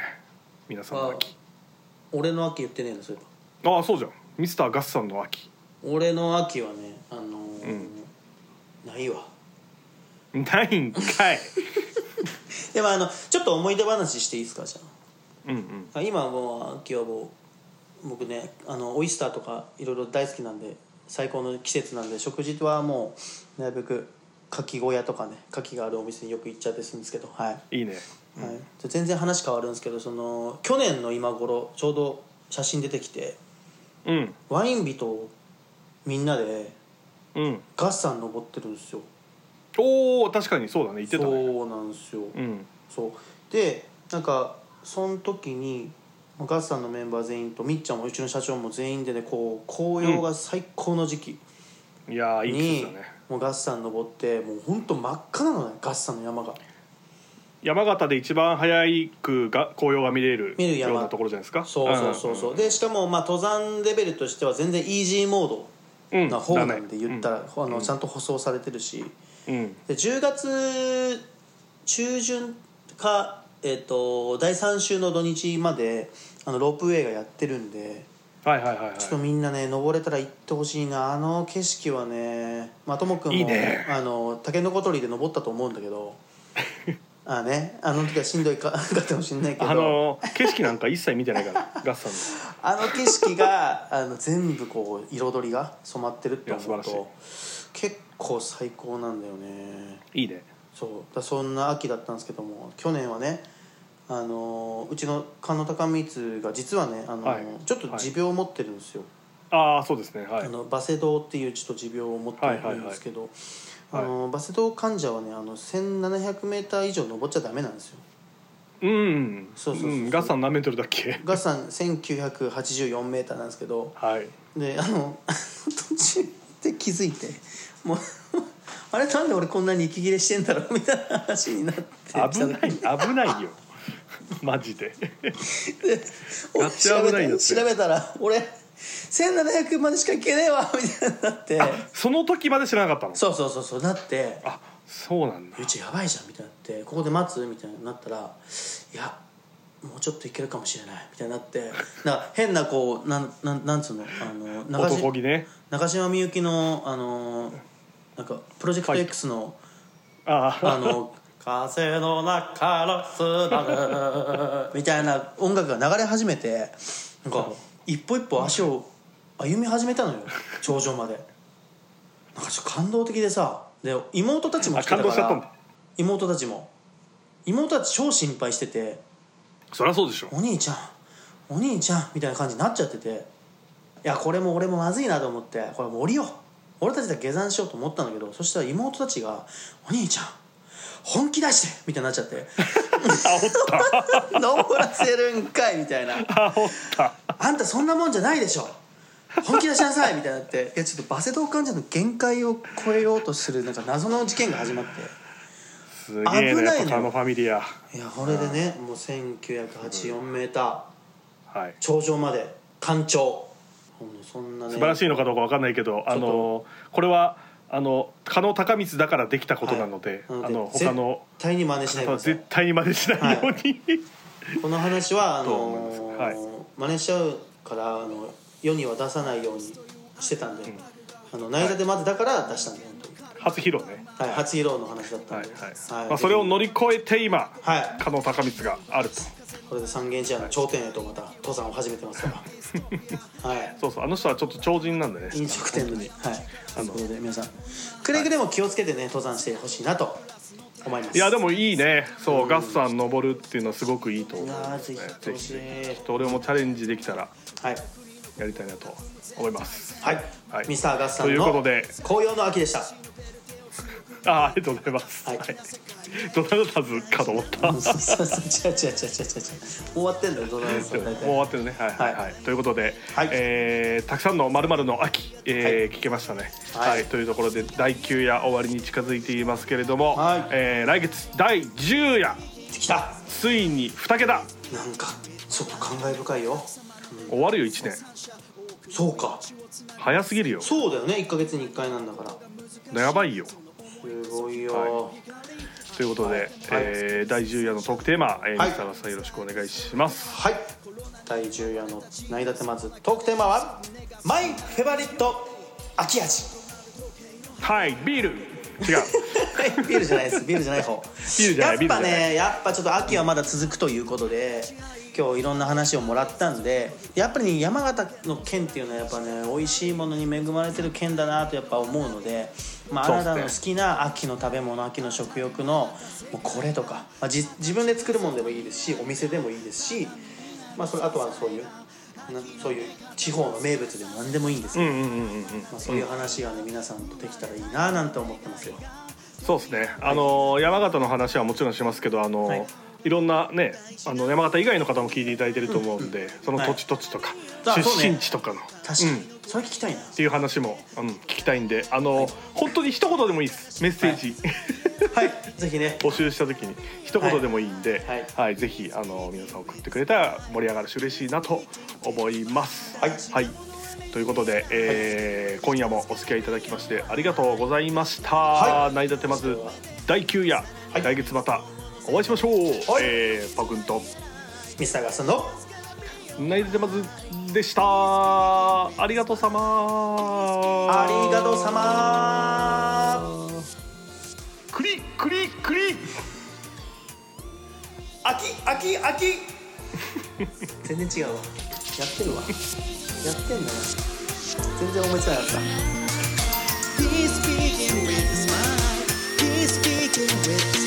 S3: 皆さんの
S4: あ
S3: 秋。
S4: 俺の秋言ってねえのそういえば
S3: ああ、そうじゃん。ミスターガスさんの秋。
S4: 俺の秋はねあのー
S3: ん
S4: ないわ
S3: ないんか い。
S4: でもあのちょっと思い出話していいですかじゃ
S3: うんうん。
S4: あ今もう秋はもう僕ねあのオイスターとかいろいろ大好きなんで最高の季節なんで食事はもうなるべく牡蠣小屋とかね牡蠣があるお店によく行っちゃってするんですけどはい
S3: いいね。
S4: はい、じゃあ全然話変わるんですけどその去年の今頃ちょうど写真出てきて
S3: うん。
S4: ワイン人をみんなで
S3: うん。
S4: ガッサン登ってるんですよ、
S3: おお、確かにそうだね。言ってたね。
S4: そうなんですよ、
S3: うん。
S4: そうでなんかその時にまあガッサンのメンバー全員とみっちゃんもうちの社長も全員でねこう紅葉が最高の時期
S3: いやー、いい季
S4: に、
S3: 節だね。
S4: もうガッサン登ってもうほんと真っ赤なのねガッサンの山が
S3: 山形で一番早くが紅葉が見れる
S4: 見る山
S3: ようなところじゃないですか。
S4: そうそうそうそう、でしかもまあ登山レベルとしては全然イージーモード
S3: うん。
S4: な方なんで言ったら、あの
S3: うん
S4: ちゃんと舗装されてるし
S3: うん。うん。
S4: で10月中旬か、えっと第3週の土日まであのロープウェイがやってるんで
S3: はいはいはい
S4: ちょっと
S3: は
S4: みんなね登れたら行ってほしいなあの景色はねまあともくんも
S3: いいね
S4: あのタケノコ取りで登ったと思うんだけ どああねあの時はしんどいか かったかもしれないけ
S3: い。
S4: ど
S3: あのー、景色なんか一切見てないから、 ガスさ
S4: あの景色があの全部こう彩りが染まってるって
S3: い
S4: 思う
S3: や素晴ら
S4: と結構最高なんだよね
S3: んの。いいね。
S4: そうだそんな秋だったんですけども去年はねあのーうちの菅野高光が実はねあのー、
S3: はい
S4: ちょっと持病を持ってるんですよ、
S3: ああ、そうですね。はい
S4: あ。のバセドウっていうちょっと持病を持ってるんですけど、
S3: はい
S4: あのーバセドウ患者はねあの 1700m 以上登っちゃダメなんですよ
S3: うん、
S4: そうそうそうそうん
S3: ガスさん何メートルだっけ
S4: ガスさん 1984m なんですけど
S3: はい
S4: であの途中で気づいてもう あれなんで俺こんなに息切れしてんだろうみたいな話になって
S3: 危ない 危ないよマジで
S4: 俺
S3: やっち
S4: 調
S3: ゃ
S4: べ
S3: 危ないよ
S4: た調べたら俺1700までしか行けねえわ みたいになって
S3: その時まで知らなかったの
S4: そうそうそうそうなって
S3: あそうなんだ
S4: 「うちやばいじゃん」みたいになって「ここで待つ?」みたいになったら「いやもうちょっと行けるかもしれない」みたいになってなんか変なこうなんなんなんつうのあの中島
S3: 男気ね
S4: 中島みゆきのあのなんかプロジェクト X の、
S3: ああ
S4: あの「風の中からつなぐ」みたいな音楽が流れ始めてなんか一歩一歩足を歩み始めたのよ頂上までなんかちょっと感動的でさで妹たちも来てた
S3: あ感動しちゃ
S4: か
S3: ったんだ
S4: ら妹たちも妹たち超心配してて
S3: そりゃそうでしょ
S4: 「お兄ちゃんお兄ちゃん」みたいな感じになっちゃってていやこれも俺もまずいなと思ってこれもう降りよう俺たちで下山しようと思ったんだけどそしたら妹たちが「お兄ちゃん本気出して!」みたいになっちゃ って「 登らせるんかい」みたいな
S3: あおった
S4: あんたそんなもんじゃないでしょ本気出しなさいみたいになっていやちょっとバセドウ患者の限界を超えようとするなんか謎の事件が始 まって
S3: すげえ
S4: 危
S3: な
S4: な
S3: や
S4: いの
S3: っぱあのファミリア
S4: いやこれでねもう 1984m
S3: はい
S4: 頂上まで干潮ほんのそんなね
S3: 素晴らしいのかどうかわかんないけどあ
S4: ちょ
S3: のこれはあの加納高光だからできたことなので、
S4: はい
S3: あ
S4: な
S3: の他の
S4: 絶対に真似しないで
S3: 方
S4: く
S3: は
S4: ださい
S3: 絶対に真似しないように、
S4: この話はあ
S3: と思
S4: の
S3: います
S4: ー
S3: はい
S4: 真似しちゃうからあの世には出さないようにしてたんで、あの内田でまずだから出したんで本当に
S3: 初披露ね
S4: はい、初披露の話だった
S3: は
S4: ん
S3: い
S4: で、
S3: はい、まあ、それを乗り越えて今
S4: はい
S3: 加納高光があると
S4: これで三軒茶屋の頂点へとまた登山を始めてますから、はい、
S3: そうそうあの人はちょっと超人なんでね
S4: 飲食店のね、はい、ということで皆さんくれぐれも気をつけてね登山してほしいなと思います。
S3: いやでもいいねそう、ガッサン登るっていうのはすごくいいと思
S4: いうやーぜひ行ってほしい。
S3: ちょっと俺もチャレンジできたら
S4: はい、
S3: やりたいなと思います
S4: はい、
S3: はい
S4: ミスターガッサ
S3: と
S4: ン
S3: いうこと
S4: の
S3: で
S4: 紅葉の秋でした。
S3: あーありがとうございます、
S4: はい
S3: ドナルダズかと思った
S4: そうそうそう違う違う違う違う違う終わってんだよドナルドさ
S3: で
S4: ん
S3: も
S4: 大
S3: もう
S4: 体
S3: 終わってるねはいはい、はい
S4: はい
S3: ということで、
S4: はい
S3: えーたくさんの「まるの秋、えー聞けましたね、
S4: はい
S3: はいというところで第9夜終わりに近づいていますけれども、
S4: はい
S3: えー来月第10夜
S4: 来た
S3: ついに2桁
S4: なんかちょっと感慨深いよ
S3: 終わるよ1年
S4: そうか
S3: 早すぎるよ
S4: そうだよね1か月に1回なんだから
S3: やばいよ
S4: すごいよ、
S3: はということで、えー第10夜のトークテーマ、えー
S4: はい
S3: 三沢さんよろしくお願いします
S4: はい第10夜の内田てまずトークテーマは「マイフェバリット秋味
S3: はいビー ル違う」
S4: はい ビールじゃないですビールじゃない方
S3: ールじゃない
S4: やっぱ
S3: ビールじゃな
S4: ねやっぱちょっと秋はまだ続くということで今日いろんな話をもらったんでやっぱり、ね、山形の県っていうのはやっぱね美味しいものに恵まれてる県だなとやっぱ思うので、まあ、
S3: そ
S4: あ
S3: う
S4: な
S3: っすね
S4: たの好きな秋の食べ物秋の食欲のもうこれとか、まあ、じ自分で作るものでもいいですしお店でもいいですし、まあ、それあとはそういうなそういう地方の名物でも何でもいいんですけ
S3: うん
S4: ど、
S3: うんうんうんうん
S4: まあ、そういう話がね皆さんとできたらいいななんて思ってますよ。
S3: そうですね。あのー山形の話はもちろんしますけど、あのー
S4: はい
S3: い、ろんなね、あの山形以外の方も聞いていただいてると思うんで、その土地土地とか、
S4: あそうね
S3: 出身地とかの、
S4: 確かに、
S3: うんっ
S4: それ聞きたいな
S3: ていう話も、うん、聞きたいんで、あのー本当に一言でもいいです。メッセージ、
S4: はいぜひね
S3: 募集した時に一言でもいいんで、
S4: は
S3: はいい、ぜひあのー皆さん送ってくれたら盛り上がるし嬉しいなと思います。
S4: はい
S3: はい。ということで、えー今夜もお付き合いいただきましてありがとうございました。
S4: は
S3: 内田てまず第9夜、
S4: はい
S3: 来月またお会いしましょう。
S4: はい
S3: えーパクンと
S4: ミスターガスさんの
S3: 内田てまずでした。ありがとうさま。
S4: ありがとうさま
S3: クリクリクリ。
S4: あきあきあき全然違うわやってるわやってんだな全然思いつかなかった
S6: He's speaking with a smile. He's speaking with a